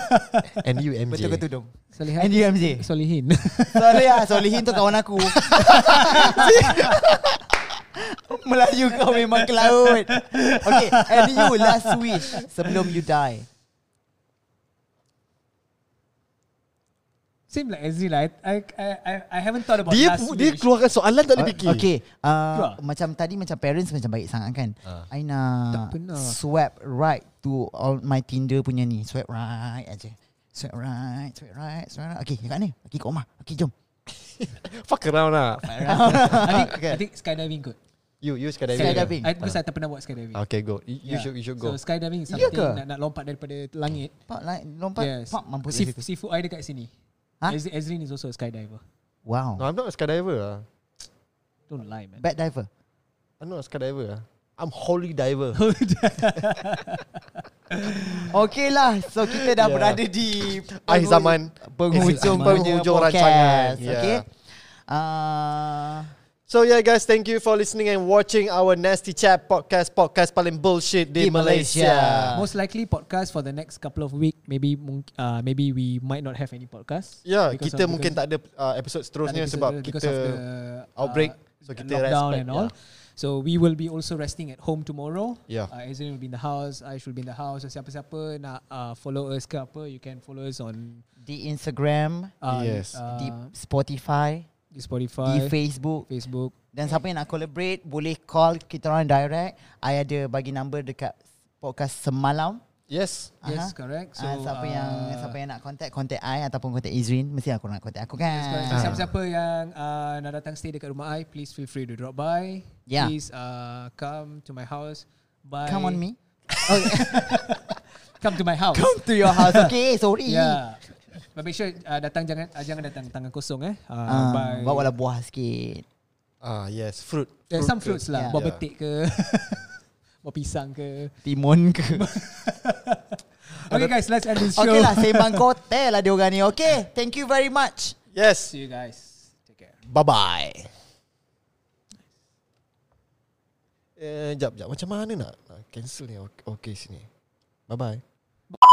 S2: And you MJ.
S3: Eh, Betul ke tu dong?
S4: Solihat.
S3: And you MJ?
S4: Solihin.
S3: Solehah, solehin tu kawan aku. Melayu kau memang ke laut. Okay, and you last wish sebelum you die.
S4: Same like Ezri lah. I, I, I, I haven't thought about
S2: Dia
S4: last
S2: dia Ah,
S4: wish.
S2: keluarkan soalan tak ada fikir.
S3: Okay
S4: Keluar.
S3: uh, Macam tadi Macam parents macam baik sangat kan uh.
S4: Tak
S3: I nak
S4: pernah.
S3: Swipe right To all my Tinder punya ni Swipe right aja Swipe right Swipe right Swipe right Okay kat ni Okay kat rumah Okay jom
S2: Fuck around lah.
S4: I think,
S2: Okay.
S4: I think skydiving kot.
S2: You you kan? skydiving. Ah.
S3: Skydiving.
S4: I, because I tak pernah buat skydiving.
S2: Okay, go. You, you should you should
S4: So
S2: go.
S4: skydiving is
S3: Ya
S4: something
S3: ke?
S4: nak, nak lompat daripada langit.
S3: Pak like, lompat yes. Pak mampus
S4: Sif,
S3: aku.
S4: Sifu I dekat sini. Ha?
S3: Ha?
S4: Ezrin, Ezrin is also a skydiver.
S2: No,
S3: Wow
S2: I'm not a skydiver. Ah.
S4: Don't lie, man.
S3: Bad diver
S2: I'm not a skydiver. Ah. I'm holy diver.
S3: Okay lah So kita dah
S4: Ya.
S2: Yeah.
S3: yeah. berada di
S2: Akhir zaman. Zaman.
S3: Penghujung punya
S2: Penghujung
S3: podcast
S2: rancangan.
S4: Ya.
S2: Yeah.
S3: Okay uh,
S2: So yeah guys, thank you for listening and watching our Nasty Chat podcast podcast paling bullshit di,
S3: Di Malaysia.
S2: Malaysia.
S4: Most likely podcast for the next couple of week. Maybe mung- uh, maybe we might not have any podcast.
S2: Ya, yeah,
S4: because
S2: kita
S4: of-
S2: mungkin tak ada uh,
S4: because-
S2: episode seterusnya
S4: tak ada
S2: sebab
S4: episode
S2: kita
S4: because of the, uh,
S2: outbreak. So kita
S4: lockdown
S2: respect,
S4: and all.
S2: yeah.
S4: So we will be also resting at home tomorrow.
S2: Yeah.
S4: Uh, Ezrin will be in the house. Aish will be in the house. So siapa-siapa nak uh, follow us ke apa, you can follow us on
S3: Di Instagram
S4: uh,
S2: Yes.
S4: uh,
S3: Di Spotify
S4: di
S3: Di
S4: Spotify,
S3: Facebook
S4: Facebook.
S3: Dan siapa yang nak collaborate Boleh call kita orang direct I ada bagi number dekat Podcast semalam
S2: yes.
S4: Yes,
S3: Aha.
S4: correct. So
S3: so, Uh-huh. Ah, Siapa yang
S4: uh,
S3: Siapa yang nak contact Contact I Ataupun contact Izrin Mesti aku nak contact aku kan
S4: Yes, correct.
S2: Ah.
S4: So, Siapa-siapa yang uh, nak datang stay dekat rumah I, please feel free to drop by.
S3: Yeah.
S4: Please uh, come to my house. By
S3: Come on me
S4: Come to my house.
S3: Come to your house Okay sorry
S4: Yeah. But make sure uh, datang jangan uh, jangan datang tangan kosong eh. Uh,
S3: Ah,
S4: by
S3: Bawa lah buah sikit
S2: Ah yes, fruit.
S4: There's some fruits
S2: ke-
S4: lah.
S3: Yeah.
S4: Buah
S2: Yeah.
S4: betik ke. buah pisang ke.
S3: Timun ke
S4: Okay guys, let's end this show.
S3: Okay lah Sembang kotel lah diorang ni Okay Thank you very much
S2: Yes.
S4: See you guys. Take care.
S2: Bye bye. Ah, Eh, jap jap. Macam mana nak, nak cancel ni? Okay, okay sini. Bye bye.